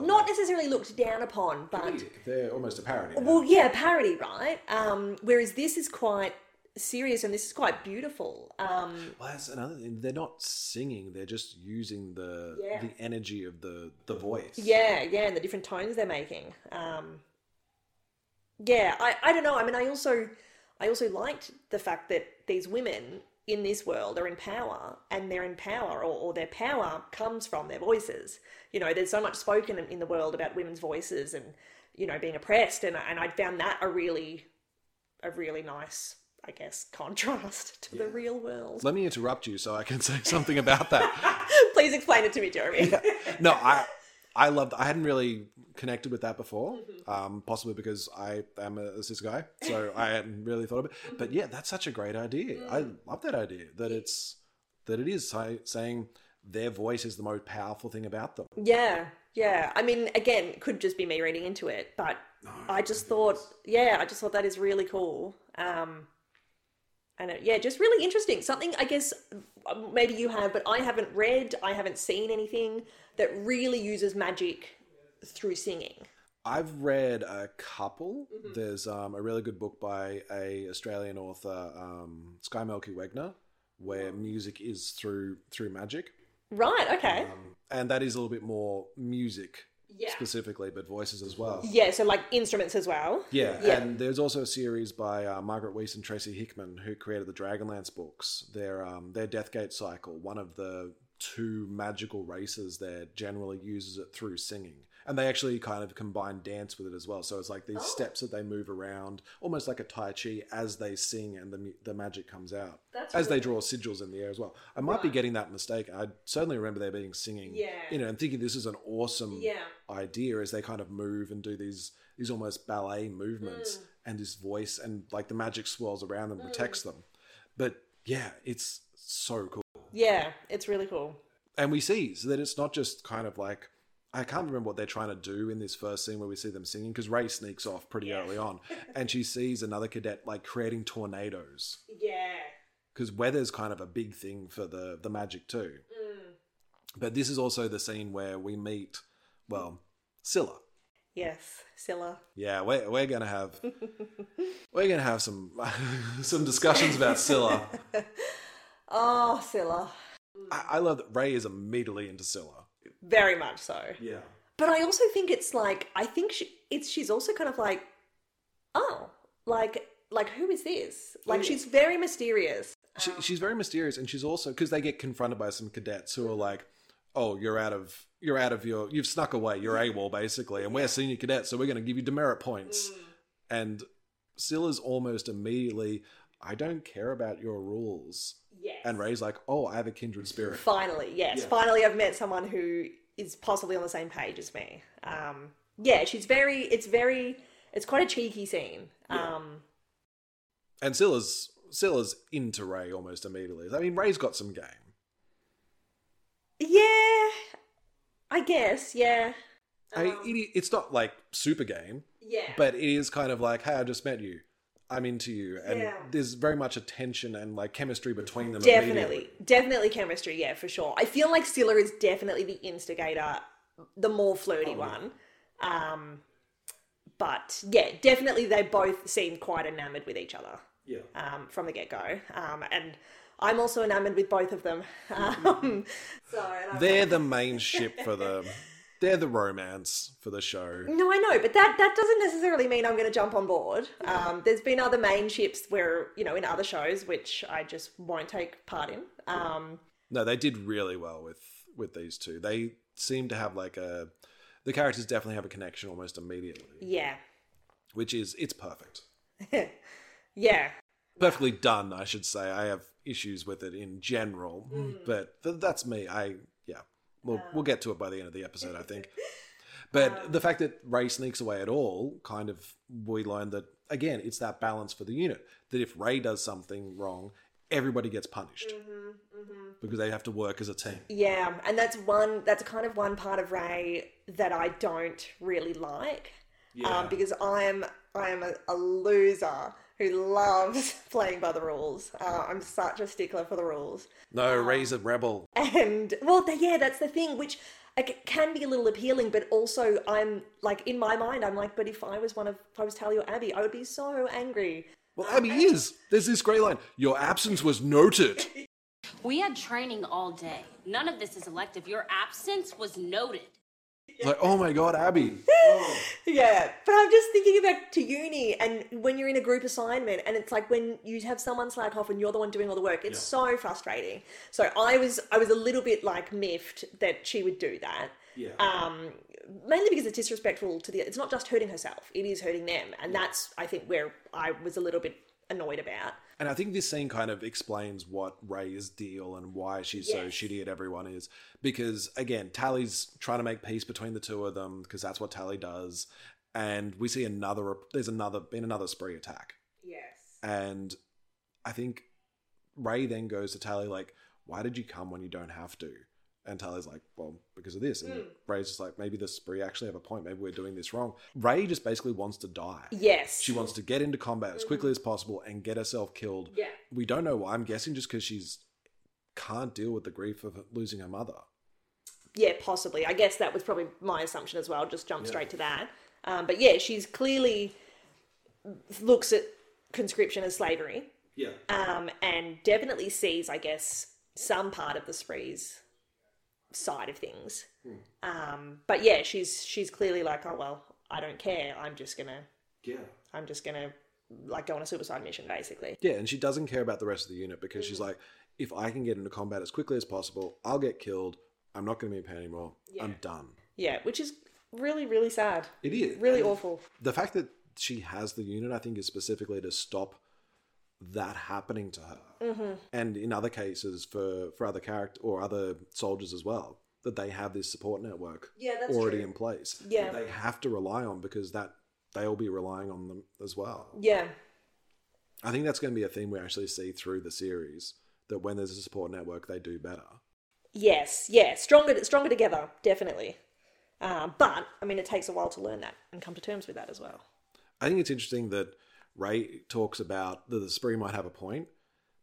not necessarily looked down upon, but
They're almost a parody. now.
well, yeah, parody, right? Um, whereas this is quite serious and this is quite beautiful. Um,
Well, that's another thing. They're not singing. They're just using the
Yeah.
the energy of the the voice.
Yeah, yeah, and the different tones they're making. Um, yeah, I, I don't know. I mean, I also I also liked the fact that these women in this world are in power, and they're in power, or, or their power comes from their voices. You know, there's so much spoken in, in the world about women's voices and you know being oppressed, and I- and I found that a really a really nice, I guess, contrast to the real world.
Let me interrupt you so I can say something about that.
Please explain it to me, Jeremy.
no, I I loved. I hadn't really connected with that before, um, possibly because I am a cis guy, so I hadn't really thought of it. But yeah, that's such a great idea. I love that idea that it's that it is say, saying their voice is the most powerful thing about them.
Yeah, yeah. I mean, again, it could just be me reading into it, but I just thought, yeah, I just thought that is really cool. Um, and it, yeah, just really interesting. Something I guess um, maybe you have, but I haven't read, I haven't seen anything that really uses magic through singing.
I've read a couple. There's um, a really good book by a Australian author, um, Sky Melky Wegner, where music is through through magic,
Right, okay.
and that is a little bit more music specifically, but voices as well.
Yeah, so like instruments as well.
Yeah,
Yeah.
and there's also a series by uh, Margaret Weiss and Tracy Hickman who created the Dragonlance books. Their um, their Deathgate cycle, one of the two magical races there, generally uses it through singing, and they actually kind of combine dance with it as well. So it's like these
Oh.
steps that they move around, almost like a tai chi, as they sing, and the mu- the magic comes out as they draw sigils in the air as well. I might be getting that mistake. I certainly remember there being singing,
Yeah.
you know, and thinking this is an awesome
Yeah.
idea as they kind of move and do these these almost ballet movements and this voice and like the magic swirls around and protects them. But yeah, it's so cool.
Yeah, it's really cool.
And we see so that it's not just kind of like I can't remember what they're trying to do in this first scene where we see them singing because Ray sneaks off pretty early on and she sees another cadet like creating tornadoes
Yeah.
because weather's kind of a big thing for the the magic too. But this is also the scene where we meet well, Scylla.
Yes, Scylla.
Yeah, we're, we're gonna have we're gonna have some some discussions about Scylla.
Oh, Scylla.
I, I love that Ray is immediately into Scylla.
Very much so.
Yeah,
But I also think it's like I think she, it's she's also kind of like, oh, like like who is this? Like she's very mysterious.
she, she's very mysterious, and she's also because they get confronted by some cadets who are like, "Oh, you're out of you're out of your you've snuck away. You're AWOL basically, and we're senior cadets, so we're gonna give you demerit points." And Scylla's almost immediately, "I don't care about your rules." Yes. And Ray's like, "Oh, I have a kindred spirit."
Finally, yes, finally I've met someone who is possibly on the same page as me. Um, yeah, she's very. It's very. It's quite a cheeky scene. Um,
And Scylla's Scylla's into Ray almost immediately. I mean, Ray's got some game.
yeah, I guess. Yeah,
I mean, it, it's not like super game,
yeah,
but it is kind of like, hey, I just met you. I'm into you, and
Yeah.
there's very much a tension and like chemistry between them.
definitely,
immediately.
definitely chemistry. Yeah, for sure. I feel like Scylla is definitely the instigator, the more
Oh,
flirty one. Um, but yeah, definitely they both seem quite enamored with each other. Yeah. Um, from the get go. Um, and I'm also enamored with both of them. Um, Sorry.
Mm-hmm. They're the main ship for the. They're the romance for the show.
No, I know, but that that doesn't necessarily mean I'm going to jump on board. Um, there's been other main ships where you know in other shows which I just won't take part in. Um,
No, they did really well with with these two. They seem to have like a. The characters definitely have a connection almost immediately,
yeah,
which is it's perfect.
yeah.
perfectly done, I should say. I have issues with it in general, but th- that's me. I yeah, we'll we'll get to it by the end of the episode, I think. But the fact that Ray sneaks away at all, kind of, we learn that again, it's that balance for the unit. That if Ray does something wrong, everybody gets punished because they have to work as a team.
Yeah, and that's one. That's kind of one part of Ray that I don't really like, um, because I am I am a, a loser who loves playing by the rules. Uh, I'm such a stickler for the rules.
No, Ray's a rebel.
And well, th- yeah, that's the thing, which like, can be a little appealing, but also I'm like in my mind, I'm like, but if I was one of, if I was Talia or Abby, I would be so angry.
Well, Abby is. There's this grey line. Your absence was noted.
We had training all day. None of this is elective. Your absence was noted.
It's like, oh my god, Abby.
Yeah, but I'm just thinking about to uni and when you're in a group assignment and it's like when you have someone slack off and you're the one doing all the work, it's so frustrating. So I was I was a little bit like miffed that she would do that. Yeah. Um, mainly because it's disrespectful to the. It's not just hurting herself; it is hurting them, and that's I think where I was a little bit annoyed about.
And I think this scene kind of explains what Ray's deal and why she's so shitty at everyone is. Because again, Tally's trying to make peace between the two of them because that's what Tally does. And we see another, there's another, been another spree attack.
Yes.
And I think Ray then goes to Tally, like, why did you come when you don't have to? And Tally's like, well, because of this. And Ray's just like, maybe the spree actually have a point. Maybe we're doing this wrong. Ray just basically wants to die.
Yes.
She wants to get into combat as quickly as possible and get herself killed.
Mm-hmm. Yeah.
We don't know why. I'm guessing just because she's can't deal with the grief of losing her mother.
yeah, possibly. I guess that was probably my assumption as well. Just jump straight to that. Um, but yeah, she's clearly looks at conscription as slavery.
Yeah.
um, and definitely sees, I guess, some part of the sprees side of things.
Hmm.
Um, but yeah, she's she's clearly like, oh well, I don't care. I'm just gonna,
Yeah.
I'm just gonna like go on a suicide mission, basically.
Yeah, and she doesn't care about the rest of the unit because she's
Mm-hmm.
like, if I can get into combat as quickly as possible, I'll get killed. I'm not going to be in pain anymore. I'm done.
Yeah, which is really really sad,
It is
really awful.
the fact that she has the unit, I think, is specifically to stop that happening to her,
Mm-hmm.
and in other cases for for other character or other soldiers as well, that they have this support network
Yeah, that's
already
true.
in place.
Yeah.
that they have to rely on because that they'll be relying on them as well.
Yeah,
I think that's going to be a theme we actually see through the series that when there's a support network, they do better.
yes, yeah, stronger stronger together, definitely. Um, but I mean, it takes a while to learn that and come to terms with that as well.
I think it's interesting that Ray talks about that the spree might have a point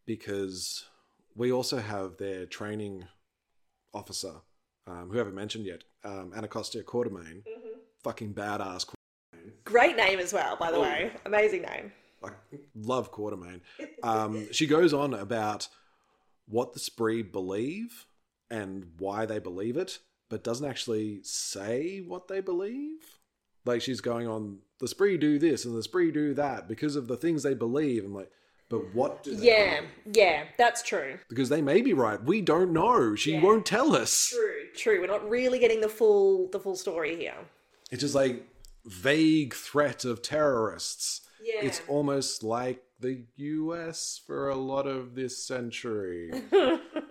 because we also have their training officer, um, who I haven't mentioned yet, um, Anacostia Quartermain, fucking badass. Qu-
Great name as well, by the way. Amazing name.
I love Quartermain. Um, she goes on about what the spree believe and why they believe it, but doesn't actually say what they believe. Like she's going on the spree do this and the spree do that because of the things they believe. I'm like, but what do they
Yeah,
believe?
yeah, that's true.
Because they may be right. We don't know. She won't tell us.
True. True. We're not really getting the full the full story here.
It's just like vague threat of terrorists.
Yeah.
It's almost like the US for a lot of this century.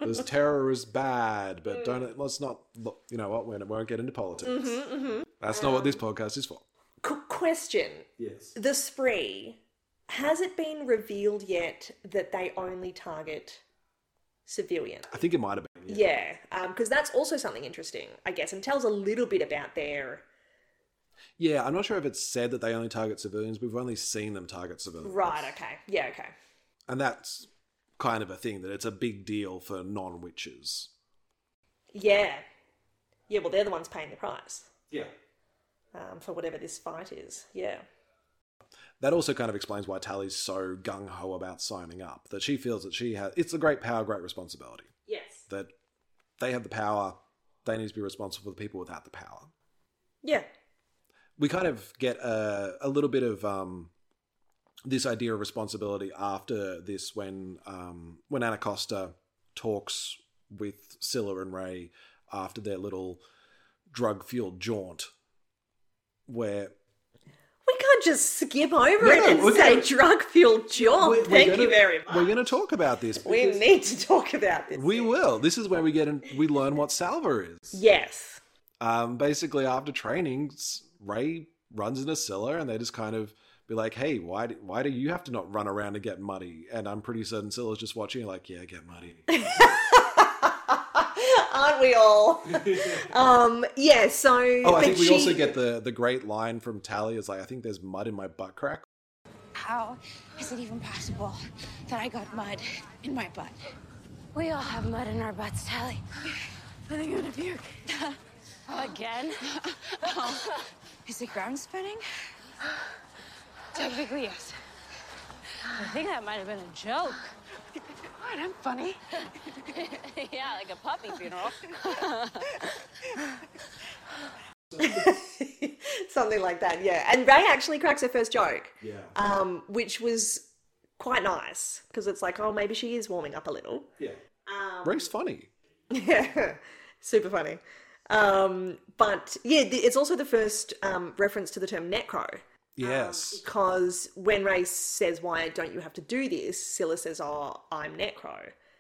There's terrorists bad,
Mm.
but don't let's not look, you know what, we won't get into politics.
Mm-hmm,
That's
Um,
not what this podcast is for.
Qu- question:
Yes.
The spree has it been revealed yet that they only target civilians?
I think it might have been.
Yeah, because that's also something interesting, I guess, and tells a little bit about their
Yeah, I'm not sure if it's said that they only target civilians. We've only seen them target civilians.
right. Okay, yeah, okay,
And that's kind of a thing that it's a big deal for non-witches.
yeah, yeah. Well, they're the ones paying the price
Yeah.
um, for whatever this fight is. Yeah,
that also kind of explains why Tally's so gung ho about signing up. That she feels that she has it's a great power, great responsibility.
Yes.
That they have the power, they need to be responsible for the people without the power.
yeah,
We kind of get a, a little bit of um, this idea of responsibility after this when um, when Anna Costa talks with Scylla and Ray after their little drug fueled jaunt, where
We can't just skip over
No,
it and
we're
say
gonna-
drug fueled job.
we're- we're
Oh, Thank
gonna-
you very much.
We're going to talk about this.
we
because-
need to talk about this.
We will. This is where we get in, we learn what Salva is.
yes.
Um, basically, after training, S- Ray runs into Scylla, and they just kind of be like, "Hey, why do, why do you have to not run around and get muddy?" And I'm pretty certain Scylla's just watching, like, "Yeah, get muddy."
Aren't we all? um, yeah, so.
oh, I think we also get the the great line from Tally is like, "I think there's mud in my butt crack."
How is it even possible that I got mud in my butt?
We all have mud in our butts, Tally. I think I'm gonna puke. Again?
Is it ground spinning?
Technically, yes. I think that might have been a joke. What? I'm funny.
yeah, like a puppy funeral.
Something like that, yeah. And Ray actually cracks her first joke,
Yeah.
um, which was quite nice because it's like, oh, maybe she is warming up a little.
yeah.
um,
Ray's funny.
Yeah, super funny. Um, but yeah, th- it's also the first um, reference to the term necro
Yes.
um, because when Ray says, "Why don't you have to do this?" Scylla says, "Oh, I'm necro,"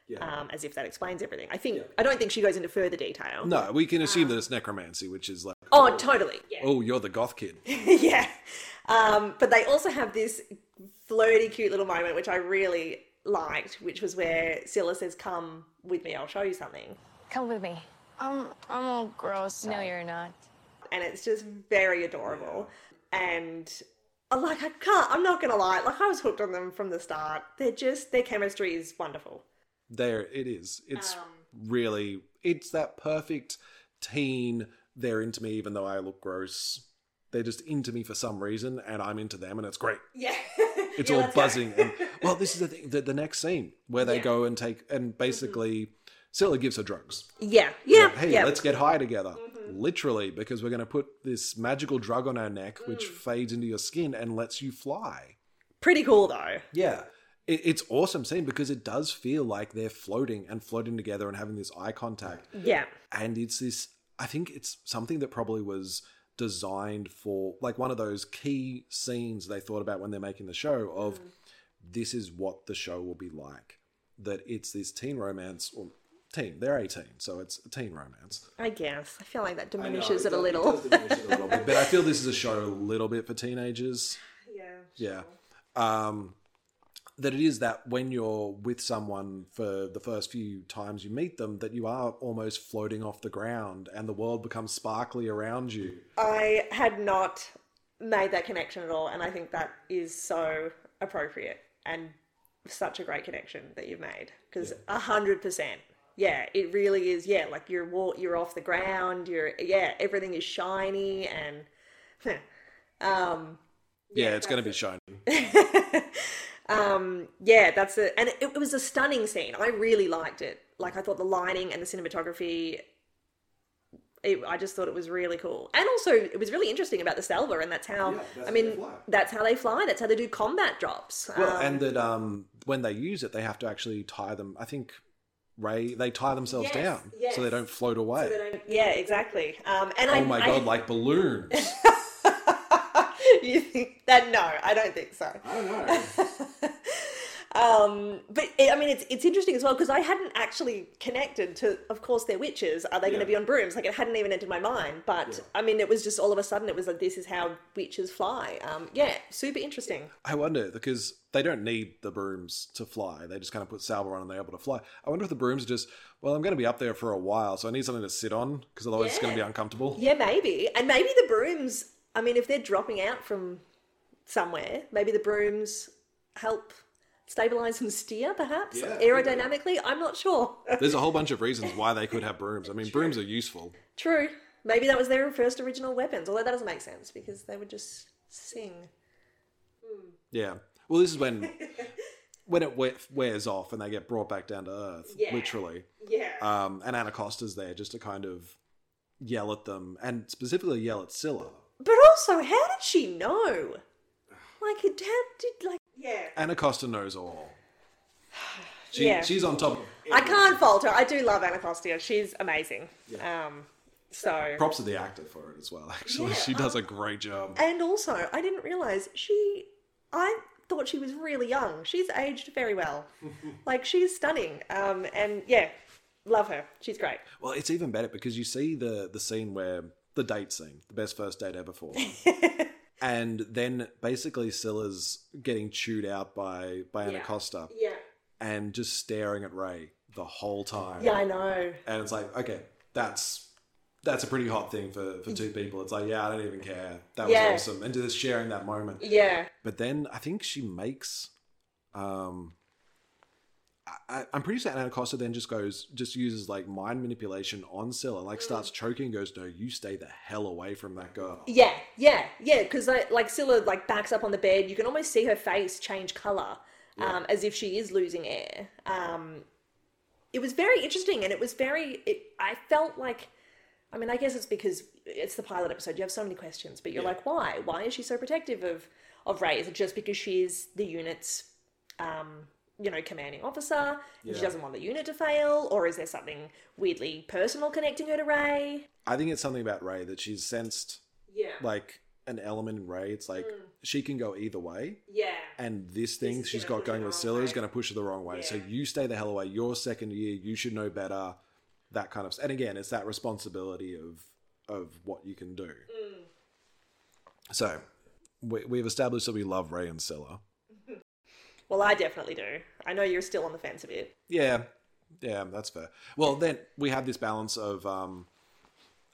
Yeah.
um, as if that explains everything. I think I don't think she goes into further detail.
no, we can
um,
assume that it's necromancy, which is like,
Oh, totally. Yeah.
oh, you're the goth kid.
yeah. Um, but they also have this flirty, cute little moment, which I really liked, which was where Scylla says, Come with me, I'll show you something.
Come with me. I'm I'm all gross. No, you're not.
And it's just very adorable. And I like, I can't, I'm not going to lie, like, I was hooked on them from the start. They're just, their chemistry is wonderful.
There it is. It's
Um,
really, it's that perfect teen. They're into me, even though I look gross. They're just into me for some reason, and I'm into them, and it's great.
Yeah.
it's all buzzing. And, well, this is the thing. The, the next scene where they go and take and basically, Scylla gives her drugs.
Mm-hmm. Yeah. Yeah.
Like, hey,
yeah. Mm-hmm.
let's get high together, literally, because we're going to put this magical drug on our neck, which
Mm.
fades into your skin and lets you fly.
Pretty cool, though.
Yeah. It, it's awesome scene because it does feel like they're floating and floating together and having this eye contact
Yeah.
and it's this i think it's something that probably was designed for like one of those key scenes they thought about when they're making the show of this is what the show will be like that it's this teen romance or teen they're 18 so it's a teen romance
I guess. I feel like that diminishes it, a little.
but i feel this is a show a little bit for teenagers yeah yeah um that it is that when you're with someone for the first few times you meet them that you are almost floating off the ground and the world becomes sparkly around you
I had not made that connection at all, and I think that is so appropriate and such a great connection that you've made because a hundred percent, yeah, it really is. Yeah, like you're wa- you're off the ground. You're yeah, everything is shiny and. um
yeah, it's going to be shiny
um yeah that's a and it, it was a stunning scene i really liked it like i thought the lighting and the cinematography it, i just thought it was really cool and also it was really interesting about the selva and that's how i mean that's how they fly that's how they do combat drops
well
um,
and that um when they use it they have to actually tie them i think ray they tie themselves
Yes,
down
yes.
so they don't float away
yeah exactly um and I,
oh my
I-
god like balloons
you think that no i don't think so
i don't know
um but it, i mean it's it's interesting as well because i hadn't actually connected to of course they're witches are they going to be on brooms like it hadn't even entered my mind but i mean it was just all of a sudden it was like this is how witches fly um yeah super interesting
I wonder because they don't need the brooms to fly. They just kind of put salver on and they're able to fly. I wonder if the brooms are just well, I'm going to be up there for a while, so I need something to sit on because otherwise it's going to be uncomfortable.
yeah maybe and maybe the brooms i mean if they're dropping out from somewhere maybe the brooms help stabilize and steer perhaps
Yeah, I think they-
aerodynamically i'm not sure
There's a whole bunch of reasons why they could have brooms. I mean, brooms are useful.
True. Maybe that was their first original weapons, although that doesn't make sense because they would just sing.
Yeah. Well, this is when when it we- wears off and they get brought back down to earth, literally.
Yeah.
Um, and Anacosta's there just to kind of yell at them and specifically yell at Scylla.
But also, how did she know? Like, it- how did, like. Yeah.
Anacosta knows all. She,
Yeah.
She's on top. of
I can't fault her. I do love Anacostia. She's amazing. Um, so.
Props to the actor for it as well. Actually, she does a great job.
And also, I didn't realize she. I thought she was really young. She's aged very well. like, she's stunning. Um, and yeah, love her. She's great.
Well, it's even better because you see the the scene where the date scene, the best first date ever for, them. and then basically Scylla's getting chewed out by by Anna Costa
Yeah.
and just staring at Ray the whole time.
Yeah, I know.
and it's like okay, that's that's a pretty hot thing for, for two people. It's like, yeah, I don't even care. That was
Yeah.
awesome. And just sharing that moment.
Yeah.
But then I think she makes, um, I, I- I'm pretty sure Anna Costa then just goes, just uses like mind manipulation on Syl and like starts choking and goes, no, you stay the hell away from that girl.
Yeah, yeah, yeah. Because like, like Scylla like backs up on the bed. You can almost see her face change color, um, as if she is losing air. Um, it was very interesting, and it was very. It, I felt like, I mean, I guess it's because it's the pilot episode. You have so many questions, but you're like, why? Why is she so protective of of Ray? Is it just because she's the unit's, um, you know, commanding officer, and she doesn't want the unit to fail, or is there something weirdly personal connecting her to Ray?
I think it's something about Ray that she's sensed
Yeah, Mm.
like an element in Ray. It's like she can go either way.
yeah.
and this thing
is
she's
gonna
got
push her
going with
the wrong
Scylla is
way.
going to push her the wrong way. So you stay the hell away. Your second year, you should know better. That kind of, and again, it's that responsibility of of what you can do.
Mm.
So we, we've established that we love Ray and Scylla.
Well, I definitely do. I know you're still on the fence a bit.
Yeah, yeah, that's fair. Well, then we have this balance of um,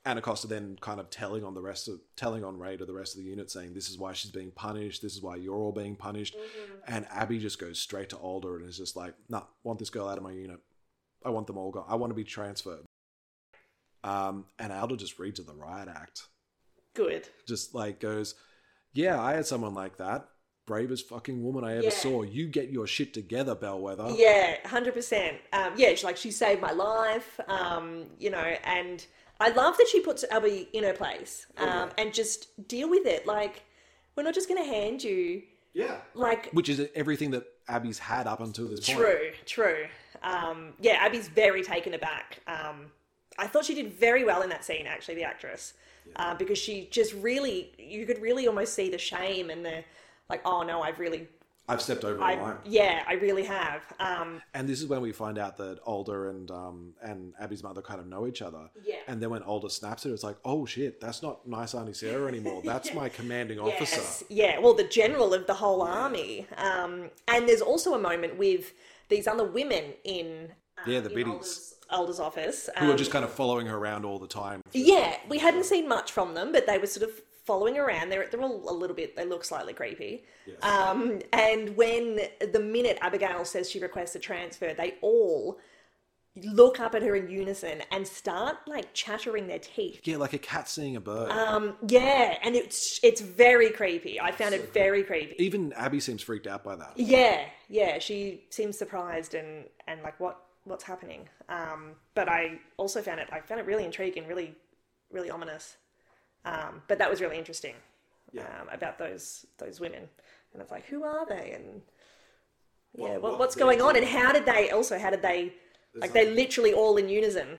Anna Costa then kind of telling on the rest of telling on Ray to the rest of the unit, saying this is why she's being punished, this is why you're all being punished,
Mm-hmm.
and Abby just goes straight to Alder and is just like, "Nah, want this girl out of my unit. I want them all gone. I want to be transferred." Um, and Alder just reads her the riot act
Good.
just like goes, Yeah, I had someone like that. Bravest fucking woman I ever
Yeah.
saw. You get your shit together, Bellwether.
Yeah, hundred percent. Um, yeah, she's like she saved my life. Um, you know, and I love that she puts Abby in her place um, and just deal with it. Like, we're not just going to hand you
Yeah.
like
Which is everything that Abby's had up until this point.
True, true. Um, yeah, Abby's very taken aback. Um, I thought she did very well in that scene, actually, the actress, uh, because she just really, you could really almost see the shame and the like. Oh no, I've really,
I've stepped over the
I
line.
yeah, I really have. Um,
And this is when we find out that Alder and um and Abby's mother kind of know each other.
Yeah.
And then when Alder snaps it, it's like, oh shit, that's not nice Auntie Sarah anymore. That's my commanding officer.
Yes, yeah. Well, the general of the whole army. Um, and there's also a moment with these other women Uh, in
yeah, the biddies.
Elder's office
who are
um,
just kind of following her around all the time.
Yeah, we hadn't seen much from them, but they were sort of following around. They're they're all a little bit. They look slightly creepy. Um, and when the minute Abigail says she requests a transfer, they all look up at her in unison and start like chattering their teeth.
Yeah, like a cat seeing a bird.
Uh, Yeah, and it's it's very creepy. I found it very creepy.
Even Abby seems freaked out by that.
Yeah, yeah. She seems surprised and and like what what's happening. Um, but I also found it I found it really intriguing, really really ominous. Um, but that was really interesting. Um, about those those women, and it's like who are they and yeah, what, what's going on and how did they also how did they like they literally all in unison.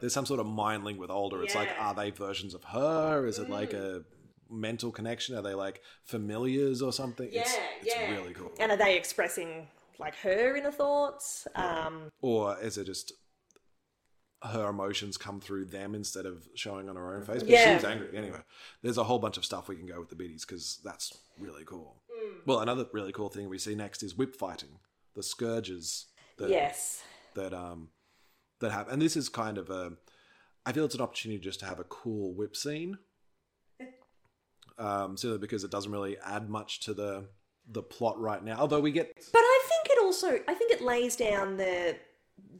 there's some sort of mind link with older. It's like, are they versions of her? Is it
Mm.
like a mental connection? Are they like familiars or something? Yeah, it's, it's
yeah.
really cool.
And are they expressing like her inner thoughts? Um,
Or is it just her emotions come through them instead of showing on her own face? But she
Yeah.
seems angry anyway. There's a whole bunch of stuff we can go with the biddies because that's really cool. Well, another really cool thing we see next is whip fighting, the scourges. That,
yes.
that um that have and this is kind of a i feel it's an opportunity just to have a cool whip scene um simply because it doesn't really add much to the the plot right now although we get
But I think it also I think it lays down the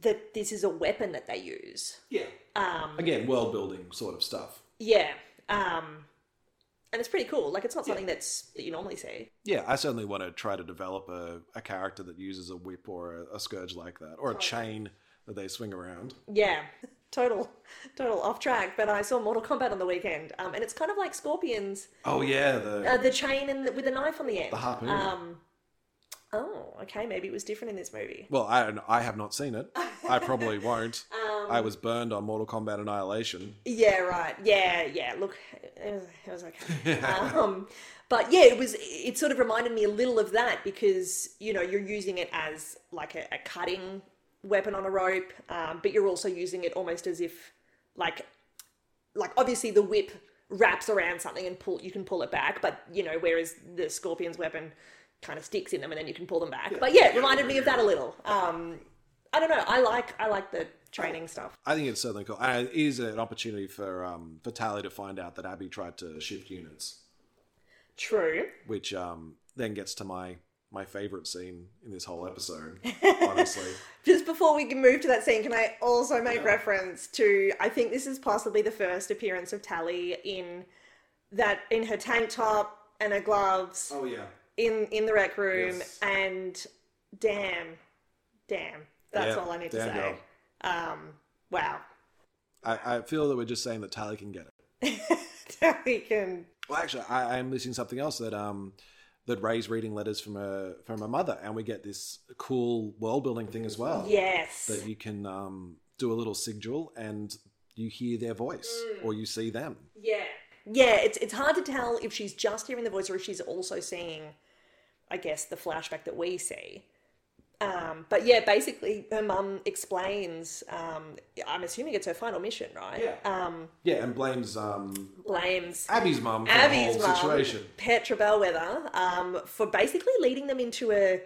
that this is a weapon that they use.
yeah um again world building sort of stuff
Yeah. Um and it's pretty cool. Like it's not something that's that you normally see.
yeah i certainly want to try to develop a, a character that uses a whip or a, a scourge like that or a chain that they swing around
Yeah. Total total off track, but I saw Mortal Kombat on the weekend. Um and it's kind of like Scorpion's
oh yeah the
uh, the chain and the, with a knife on the end.
The harpoon.
Um Oh, okay, maybe it was different in this movie.
Well, I don't know. I have not seen it. I probably won't. I was burned on Mortal Kombat Annihilation.
Yeah, right. Yeah, yeah. Look, it was, it was okay. um, but yeah, it was. It sort of reminded me a little of that because you know you're using it as like a, a cutting weapon on a rope, um, but you're also using it almost as if like like obviously the whip wraps around something and pull you can pull it back, but you know whereas the scorpion's weapon kind of sticks in them and then you can pull them back. But yeah, it reminded me of that a little. Um, I don't know. I like I like the training stuff.
I think it's certainly cool. And it is an opportunity for um, for Tally to find out that Abby tried to shift units,
True.
which um, then gets to my my favorite scene in this whole episode. honestly,
Just before we can move to that scene, can I also make reference to? I think this is possibly the first appearance of Tally in that in her tank top and her gloves
oh yeah,
in in the rec room,
Yes.
and damn, damn, that's
Yeah,
all I need to
damn
say. Um, wow,
I, I feel that we're just saying that Tally can get it.
Tally can.
Well, actually, I, I'm missing something else that um that Ray's reading letters from her from her mother, and we get this cool world building thing as well.
Yes,
that you can um do a little sigil and you hear their voice
Mm.
or you see them.
yeah, yeah. It's it's hard to tell if she's just hearing the voice or if she's also seeing, I guess, the flashback that we see. Um, but yeah, basically, her mum explains. Um, I'm assuming it's her final mission, right? Yeah. Um,
Yeah, and blames um
blames
Abby's mum for
Abby's
the whole
mum,
situation.
Petra Bellwether, um, for basically leading them into a,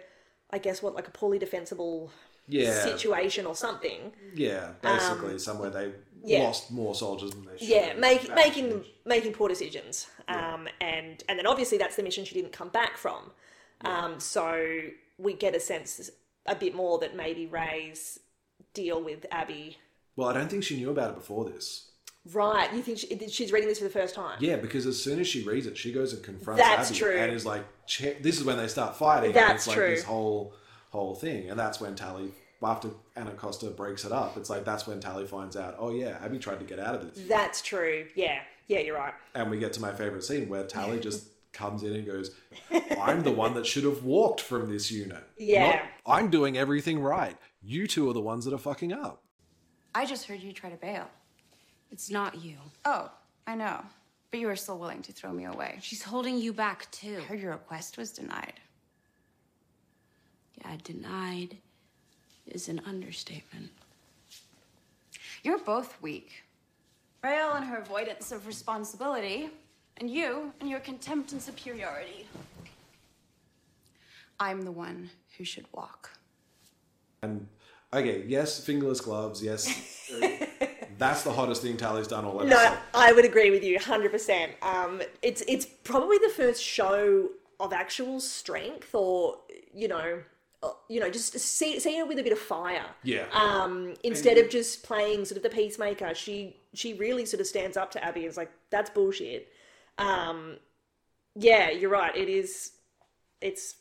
I guess, what like a poorly defensible
Yeah,
situation or something.
yeah. Basically, somewhere they
um, yeah.
lost more soldiers than they should.
Yeah,
have.
make,
That-
making them making poor decisions. Um, and and then obviously that's the mission she didn't come back from. Um, so we get a sense a bit more that maybe Ray's deal with Abby.
Well, I don't think she knew about it before this.
Right, you think she, she's reading this for the first time?
Yeah, because as soon as she reads it, she goes and confronts
That's
Abby
true.
and is like, "Check." This is when they start fighting. and
That's
it's like
true.
This whole whole thing, and that's when Tally, after Anna Costa breaks it up, it's like that's when Tally finds out. Oh yeah, Abby tried to get out of this,
That's true. Yeah, yeah, you're right.
and we get to my favorite scene where Tally just comes in and goes, "I'm the one that should have walked from this unit.
Yeah.
Not- I'm doing everything right. You two are the ones that are fucking up."
I just heard you try to bail.
It's not you.
Oh, I know. But you were still willing to throw me away.
She's holding you back, too.
I heard your request was denied.
Yeah, denied is an understatement.
You're both weak. Rael and her avoidance of responsibility, and you and your contempt and superiority. I'm the one who should walk.
And okay, yes, fingerless gloves. Yes, that's the hottest thing Tally's done all episode.
No, I would agree with you 100%. Um, it's it's probably the first show of actual strength or you know, uh, you know, just see, seeing it with a bit of fire.
Yeah.
Um, instead of just playing sort of the peacemaker, she she really sort of stands up to Abby and is like that's bullshit. Um, yeah, you're right. It is it's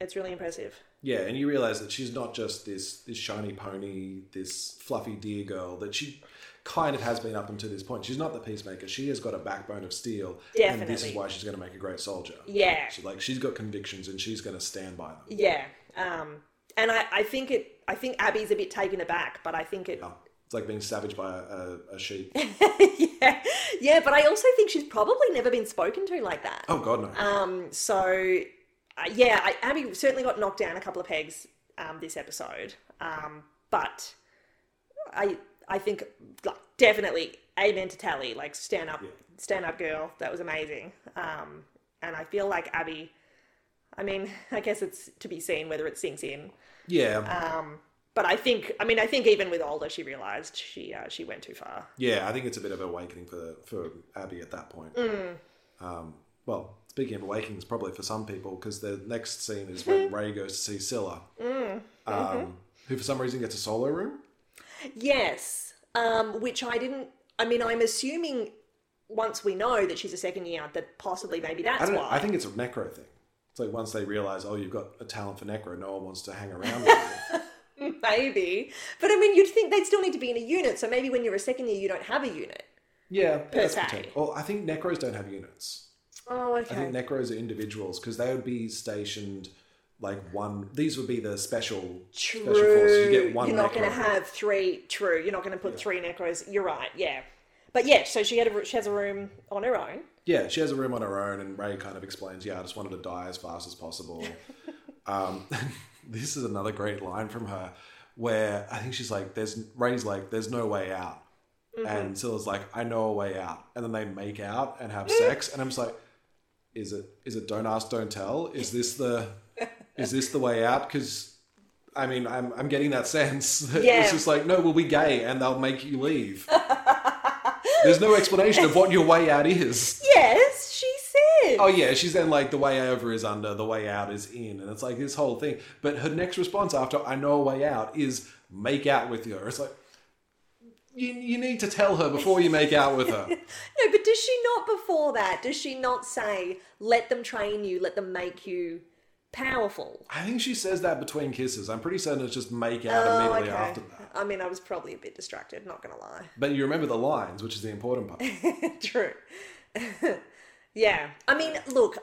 it's really impressive.
Yeah, and you realize that she's not just this this shiny pony, this fluffy deer girl that she kind of has been up until this point. She's not the peacemaker. She has got a backbone of steel, and this is
Definitely.
why she's going to make a great soldier.
Yeah.
she, like she's got convictions, and she's going to stand by them.
Yeah. Um, and I, I think it I think Abby's a bit taken aback, but I think it
It's like being savaged by a, a, a sheep.
yeah, yeah, but I also think she's probably never been spoken to like that.
Oh God, no!
Um, so uh, yeah, I, Abby certainly got knocked down a couple of pegs um, this episode, um, but I I think like, definitely amen to Tally, like stand up, stand up girl, that was amazing. Um, and I feel like Abby. I mean, I guess it's to be seen whether it sinks in,
yeah,
but I think, I mean, I think even with older, she realized she uh, she went too far.
yeah. I think it's a bit of awakening for for Abby at that point. Um,
Mm.
well, speaking of awakenings, probably for some people, because the next scene is when Ray goes to see Scylla,
Mm, mm-hmm.
um, who for some reason gets a solo room.
Yes, um, which I didn't. I mean, I'm assuming once we know that she's a second year, that possibly maybe
I
that's
don't
why.
know. I think it's a necro thing. It's like once they realize, oh, you've got a talent for necro, no one wants to hang around with you.
maybe, but I mean, you'd think they'd still need to be in a unit. So maybe when you're a second year, you don't have a unit.
Yeah, that's
se.
potential. Well, I think necros don't have units.
Oh,
I think necros are individuals because they would be stationed like one. These would be the special
True.
special forces. You get one.
are not going
necro.
to have three. True. You're not going to put three necros. You're right. Yeah. But yeah, so she had a, she has a room on her own.
Yeah, she has a room on her own, and Ray kind of explains, "Yeah, I just wanted to die as fast as possible." um, this is another great line from her, where I think she's like, "There's Ray's like, there's no way out," and Scylla's like, "I know a way out," and then they make out and have sex, and I'm just like, "Is it? Is it? Don't ask, don't tell. Is this the? is this the way out?" Because I mean, I'm, I'm getting that sense. that
Yeah.
It's just like, no, we'll be gay and they'll make you leave. There's no explanation of what your way out is.
Yes, she said.
Oh, yeah, she's then like, the way over is under, the way out is in. And it's like this whole thing. But her next response after I know a way out is make out with her. It's like, you, you need to tell her before you make out with her.
No, but does she not before that? Does she not say, "Let them train you, let them make you powerful"?
I think she says that between kisses. I'm pretty certain it's just make out
Oh,
immediately
okay.
after that.
I mean, I was probably a bit distracted. Not gonna lie.
But you remember the lines, which is the important part.
True. yeah. I mean, look,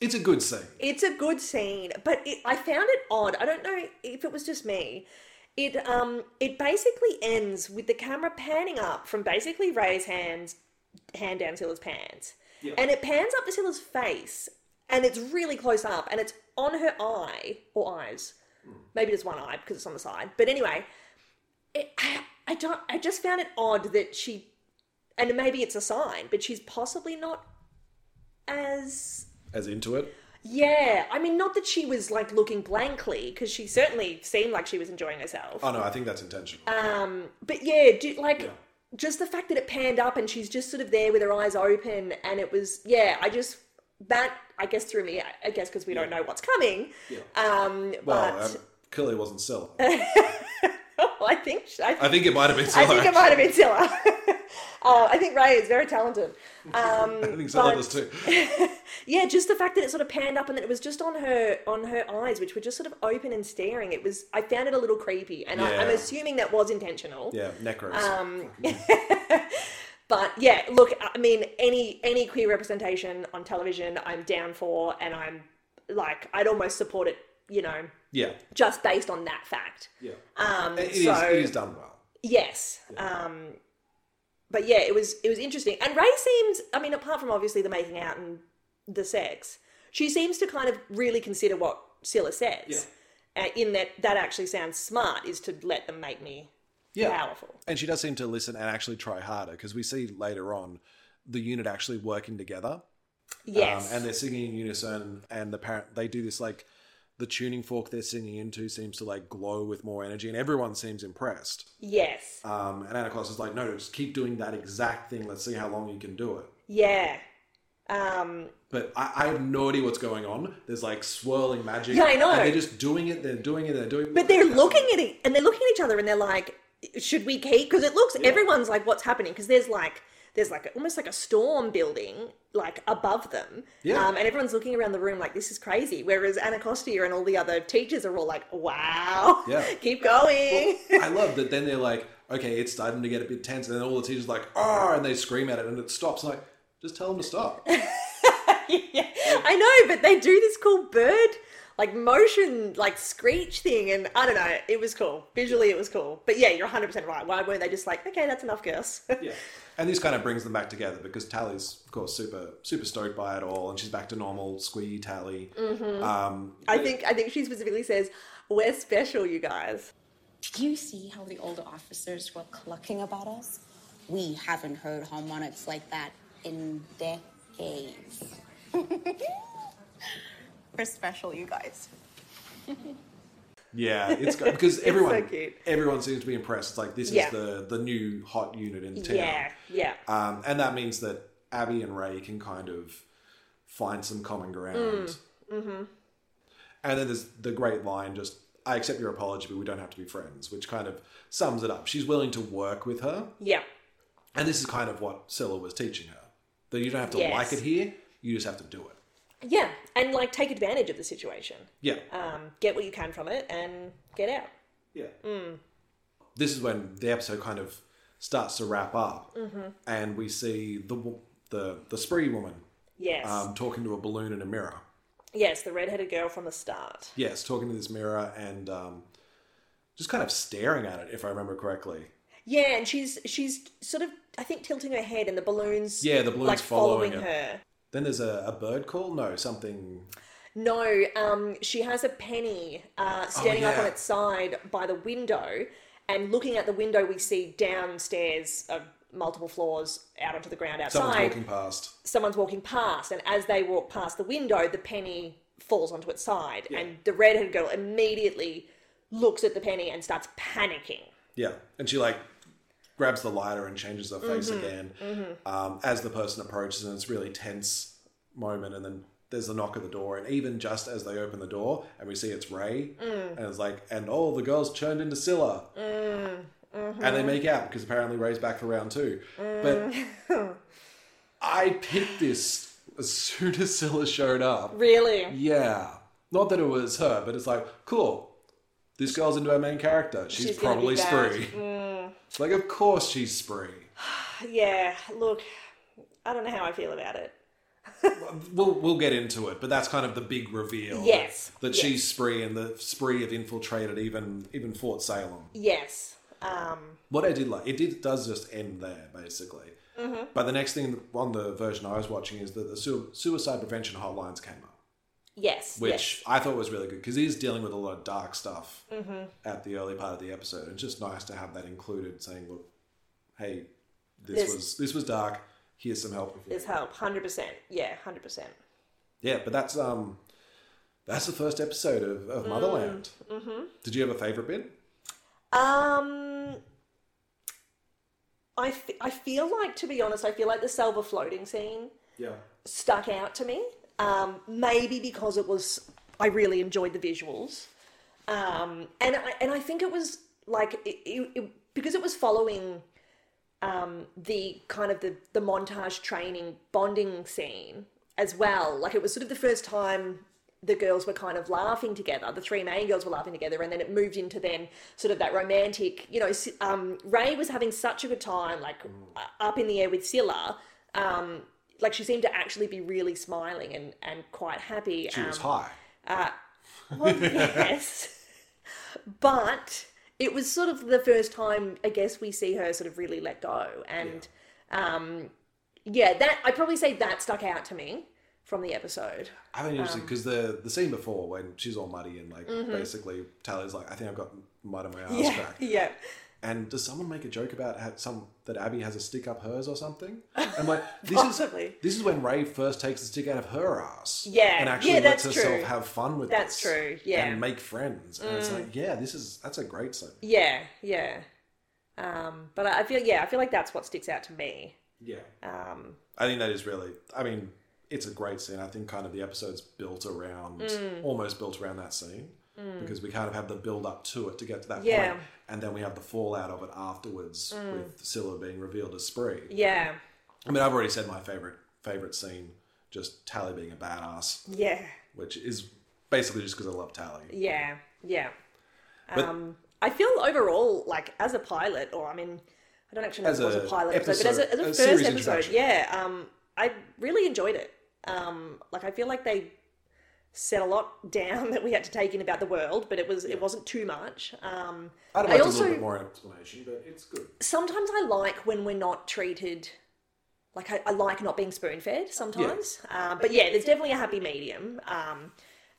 It's a good scene.
it's a good scene, but it, I found it odd. I don't know if it was just me. It um it basically ends with the camera panning up from basically Ray's hands hand down Scylla's pants. And it pans up to Scylla's face and it's really close up and it's on her eye or eyes. Maybe just one eye because it's on the side. But anyway, it, I, I don't I just found it odd that she and maybe it's a sign, but she's possibly not as
As into it.
yeah, I mean, not that she was like looking blankly, because she certainly seemed like she was enjoying herself.
Oh no, I think that's intentional.
Uh, But yeah, do, like just the fact that it panned up and she's just sort of there with her eyes open, and it was yeah, I just that I guess threw me. I- I guess because we don't know what's coming. Um,
well,
but
um, clearly wasn't Scylla.
I think sh- I,
I think it might have been
I
Scylla.
think it might have been Scylla. uh, I think Ray is very talented. Um,
I think Scylla
but-
does too.
yeah, just the fact that it sort of panned up and that it was just on her on her eyes, which were just sort of open and staring. It was I found it a little creepy, and I, I'm
Yeah.
assuming that was intentional.
Yeah, necros.
Um, But yeah, look, I mean, any any queer representation on television, I'm down for, and I'm like, I'd almost support it, you know,
yeah,
just based on that fact.
yeah.
Um,
It is-
so-
it is done well.
Yes. Um, but yeah, it was it was interesting. And Ray seems, I mean, apart from obviously the making out and the sex, she seems to kind of really consider what Scylla says. Uh, in that that actually sounds smart is to let them make me
Yeah.
powerful.
And she does seem to listen and actually try harder because we see later on the unit actually working together.
Yes.
Um, and they're singing in unison, and the parent they do this like the tuning fork they're singing into seems to like glow with more energy, and everyone seems impressed.
yes.
Um, and Anacross is like, no, just keep doing that exact thing. Let's see how long you can do it.
yeah. Um,
But I, I have no idea what's going on. There's like swirling magic.
Yeah, I know.
And they're just doing it. They're doing it. They're doing.
but they're looking at it and they're looking at each other and they're like, should we keep? Because it looks everyone's like, what's happening? Because there's like there's like almost like a storm building like above them,
Yeah.
um, and everyone's looking around the room like this is crazy. Whereas Anna Costia and all the other teachers are all like, wow,
Yeah.
keep going.
I love that. Then they're like, okay, it's starting to get a bit tense, and then all the teachers are like, ah, and they scream at it, and it stops. Like, just tell them to stop.
yeah, I know, but they do this cool bird like motion, like screech thing, and I don't know. It was cool visually. It was cool, but yeah, you're 100 percent right. Why weren't they just like, okay, that's enough, girls?
yeah. And this kind of brings them back together because Tally's, of course, super super stoked by it all, and she's back to normal, squeaky Tally.
Mm.
Um,
I think I think she specifically says, "We're special, you guys."
Do you see how the older officers were clucking about us? We haven't heard harmonics like that in decades. We're special, you guys.
yeah, it's good because everyone
cute.
everyone seems to be impressed. It's like this
Yeah.
is the the new hot unit in town.
Yeah, yeah,
Um, and that means that Abby and Ray can kind of find some common ground. And then there's the great line just, I accept your apology, but we don't have to be friends, which kind of sums it up. She's willing to work with her.
yeah,
And this is kind of what Scylla was teaching her that you don't have to
Yes.
like it here, you just have to do it.
yeah, and like take advantage of the situation.
Yeah.
Um, get what you can from it and get out.
Yeah. This is when the episode kind of starts to wrap up, and we see the, wo- the, the spree woman
Yes,
um, talking to a balloon in a mirror.
yes, the redheaded girl from the start.
yes, talking to this mirror and um, just kind of staring at it, if I remember correctly.
Yeah, and she's she's sort of I think tilting her head, and the balloons.
Yeah, the balloon's
like
following
following,
her.
her.
Then there's a, a bird call? No, something.
No, um, she has a penny uh, standing up
Oh, yeah.
on its side by the window, and looking at the window, we see downstairs of multiple floors out onto the ground outside.
Someone's walking past.
someone's walking past, and as they walk past the window, the penny falls onto its side, and the redhead girl immediately looks at the penny and starts panicking.
Yeah, and she like grabs the lighter and changes her face again Um, as the person approaches, and it's a really tense moment. And then there's the knock at the door, and even just as they open the door, and we see it's Ray, and it's like, and all the girls turned into Scylla, and they make out because apparently Ray's back for round two. But I picked this as soon as Scylla showed up.
Really?
Yeah. Not that it was her, but it's like, cool. This girl's into her main character. She's,
She's gonna
probably
be bad. Mm.
spree. It's like, of course she's spree.
Yeah, look, I don't know how I feel about it.
We'll we'll get into it, but that's kind of the big reveal.
Yes.
That she's spree and the spree have infiltrated even even Fort Salem.
Yes. Um,
What I did like, it did does just end there basically.
Mm-hmm.
But the next thing on the version I was watching is that the su- suicide prevention hotlines came up.
yes.
which I thought was really good because he's dealing with a lot of dark stuff
Mm-hmm.
at the early part of the episode. It's just nice to have that included, saying, "Look, hey, this
This-
was this was dark. Here's some help."
yes. is help. 100%. Yeah, 100%.
Yeah, but that's um, that's the first episode of,
Mm,
of Motherland. Mm-hmm. Did you have a favorite bit?
Um, I, f- I feel like, to be honest, I feel like the Selva floating scene
Yeah,
stuck out to me. Um, maybe because it was, I really enjoyed the visuals, um, and I, and I think it was like it, it, it- because it was following um, the kind of the the montage training bonding scene as well. Like it was sort of the first time the girls were kind of laughing together. The three main girls were laughing together, and then it moved into then sort of that romantic. You know, s- um, Ray was having such a good time,
Mm.
like uh, up in the air with Scylla. Um, like she seemed to actually be really smiling and, and quite happy.
she was
um,
high.
well, yes. But it was sort of the first time, I guess, we see her sort of really let go. And yeah, um, yeah that I'd probably say that stuck out to me from the episode.
I mean,
um,
interesting because the the scene before when she's all muddy and like basically Tally's like, "I think I've got mud in my ass crack."
mm-hmm. yeah.
And does someone make a joke about how some that Abby has a stick up hers or something? I'm like, this is
Possibly.
this is when Ray first takes the stick out of her ass,
Yeah.
and actually
Yeah,
lets
that's
herself
true.
have fun with
That's
this
true, yeah. Mm.
and make friends. And it's like, yeah, this is that's a great scene.
Yeah, yeah. Um, but I I feel, yeah, I feel like that's what sticks out to me.
Yeah, um, I think that is really. I mean, it's a great scene. I think kind of the episode's built around,
Mm.
almost built around that scene. Because we kind of have the build up to it to get to that point.
Yeah. Mm.
and then we have the fallout of it afterwards with Scylla being revealed as Spree.
Yeah,
I mean, I've already said my favorite favorite scene, just Tally being a badass,
yeah,
which is basically just because I love Tally.
yeah, yeah.
But
Um, I feel overall, like as a pilot, or I mean, I don't actually know
As
if it was a
a
pilot episode,
episode-
but as a,
a
as a,
series
first episode,
introduction.
yeah, um, I really enjoyed it. Um, like I feel like they set a lot down that we had to take in about the world, but it was it wasn't too much. Um,
I'd
I
like a
also-
little bit more explanation, but it's good.
sometimes I like when we're not treated. Like I, I like not being spoon fed sometimes, um, but yeah, there's definitely a happy medium. Um,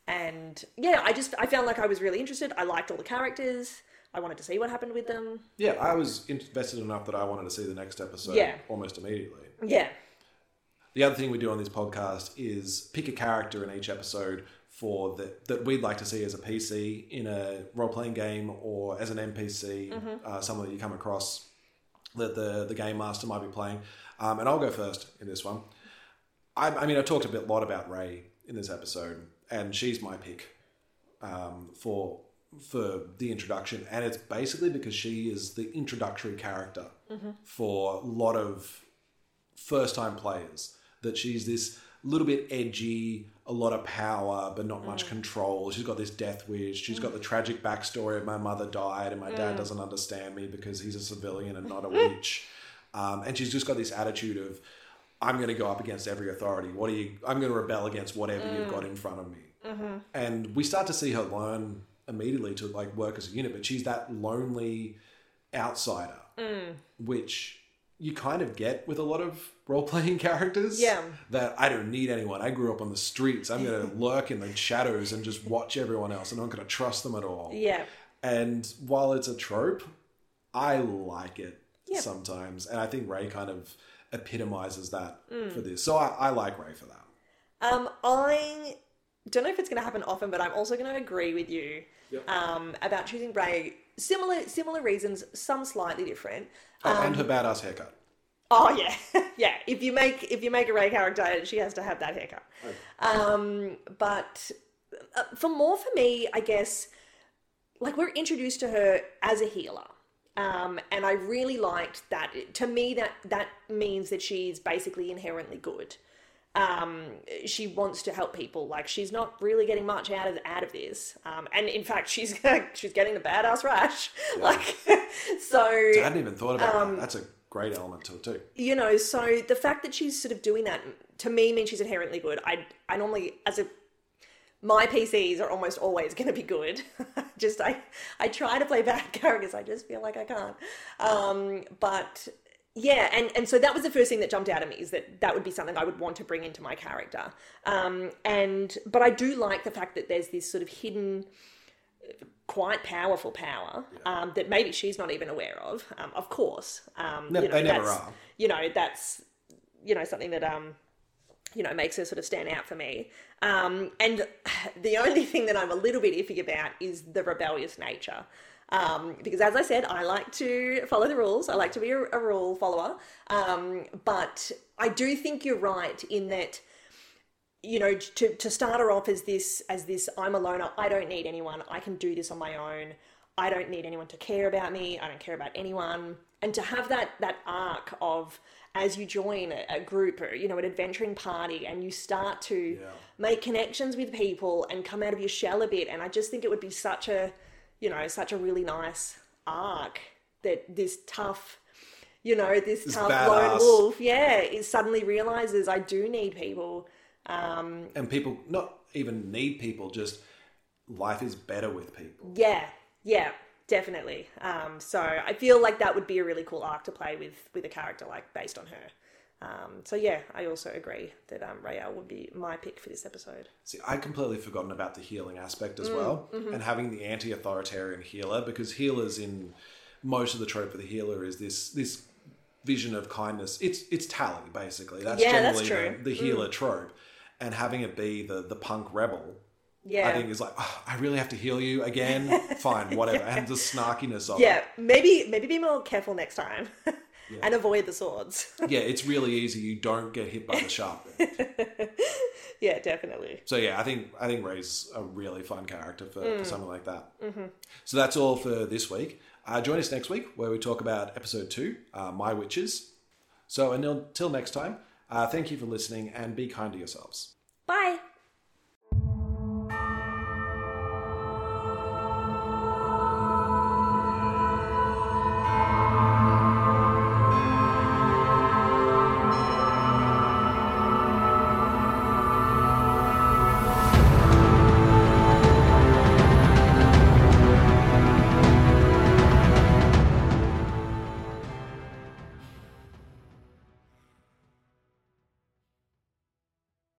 and yeah, I just I found like I was really interested. I liked all the characters. I wanted to see what happened with them.
Yeah, I was invested enough that I wanted to see the next episode
Yeah.
almost immediately.
Yeah,
The other thing we do on this podcast is pick a character in each episode for the, that we'd like to see as a PC in a role playing game or as an NPC, uh, someone that you come across that the, the game master might be playing. Um, and I'll go first in this one. I, I mean, I talked a bit lot about Ray in this episode, and she's my pick um, for for the introduction, and it's basically because she is the introductory character for a lot of first time players that she's this little bit edgy a lot of power but not much control she's got this death wish She's got the tragic backstory of my mother died and my dad doesn't understand me because he's a civilian and not a witch um, and she's just got this attitude of i'm going to go up against every authority what are you i'm going to rebel against whatever you've got in front of me and we start to see her learn immediately to like work as a unit but she's that lonely outsider
Mm.
which you kind of get with a lot of role playing characters.
Yeah.
That I don't need anyone. I grew up on the streets. I'm going to lurk in the shadows and just watch everyone else, and I'm not going to trust them at all.
yeah.
And while it's a trope, I like it sometimes, and I think Ray kind of
Mm.
epitomizes that for this. So I, I like Ray for that.
Um, I don't know if it's going to happen often, but I'm also going to agree with you um, about choosing Ray. Similar, similar reasons, some slightly different.
Oh, and her badass haircut.
Oh yeah, yeah. If you make if you make a Ray character, she has to have that haircut. Um, but uh, for more for me, I guess, like we're introduced to her as a healer, um, and I really liked that. To me, that that means that she's basically inherently good. Um, she wants to help people. Like she's not really getting much out of out of this, um, and in fact, she's she's getting a badass rash. Like so.
I hadn't even thought about
Um,
that. That's a great element to it too.
you know so the fact that she's sort of doing that to me means she's inherently good i i normally as a my pcs are almost always going to be good just i i try to play bad characters i just feel like i can't um but yeah and and so that was the first thing that jumped out at me is that that would be something i would want to bring into my character um and but i do like the fact that there's this sort of hidden quite powerful power um, that maybe she's not even aware of um, of course um,
No,
you know,
they never
that's-
are.
you know that's you know something that um you know makes her sort of stand out for me um and the only thing that i'm a little bit iffy about is the rebellious nature um because as i said i like to follow the rules i like to be a, a rule follower um but i do think you're right in that you know to to start her off as this as this i'm a loner i don't need anyone i can do this on my own i don't need anyone to care about me i don't care about anyone and to have that that arc of as you join a, a group or you know an adventuring party and you start to make connections with people and come out of your shell a bit and i just think it would be such a you know such a really nice arc that this tough you know this, tough lone
badass.
wolf yeah it suddenly realizes i do need people um,
And people, not even need people, just life is better with people.
yeah, yeah, definitely. Um, so I feel like that would be a really cool arc to play with with a character like based on her. Um, so yeah, I also agree that um, Rael would be my pick for this episode.
See, I'd completely forgotten about the healing aspect
Mm,
as well,
mm-hmm.
and having the anti-authoritarian healer because healers in most of the trope of the healer is this this vision of kindness. It's it's tally basically. That's
Yeah, that's
generally
true. Mm.
The, the healer trope, and having it be the the punk rebel.
Yeah,
I think is like, oh, I really have to heal you again. Fine, whatever. And the snarkiness of
yeah. Maybe maybe be more careful next time and avoid the swords.
it. Yeah, it's really easy. You don't get hit by the sharp. end.
yeah, definitely.
So yeah, I think I think Ray's a really fun character for, for something like that. Mm-hmm. So that's all for this week. Uh, join us next week where we talk about episode two, uh, My Witches. So until, until next time, uh, thank you for listening and be kind to yourselves.
Bye.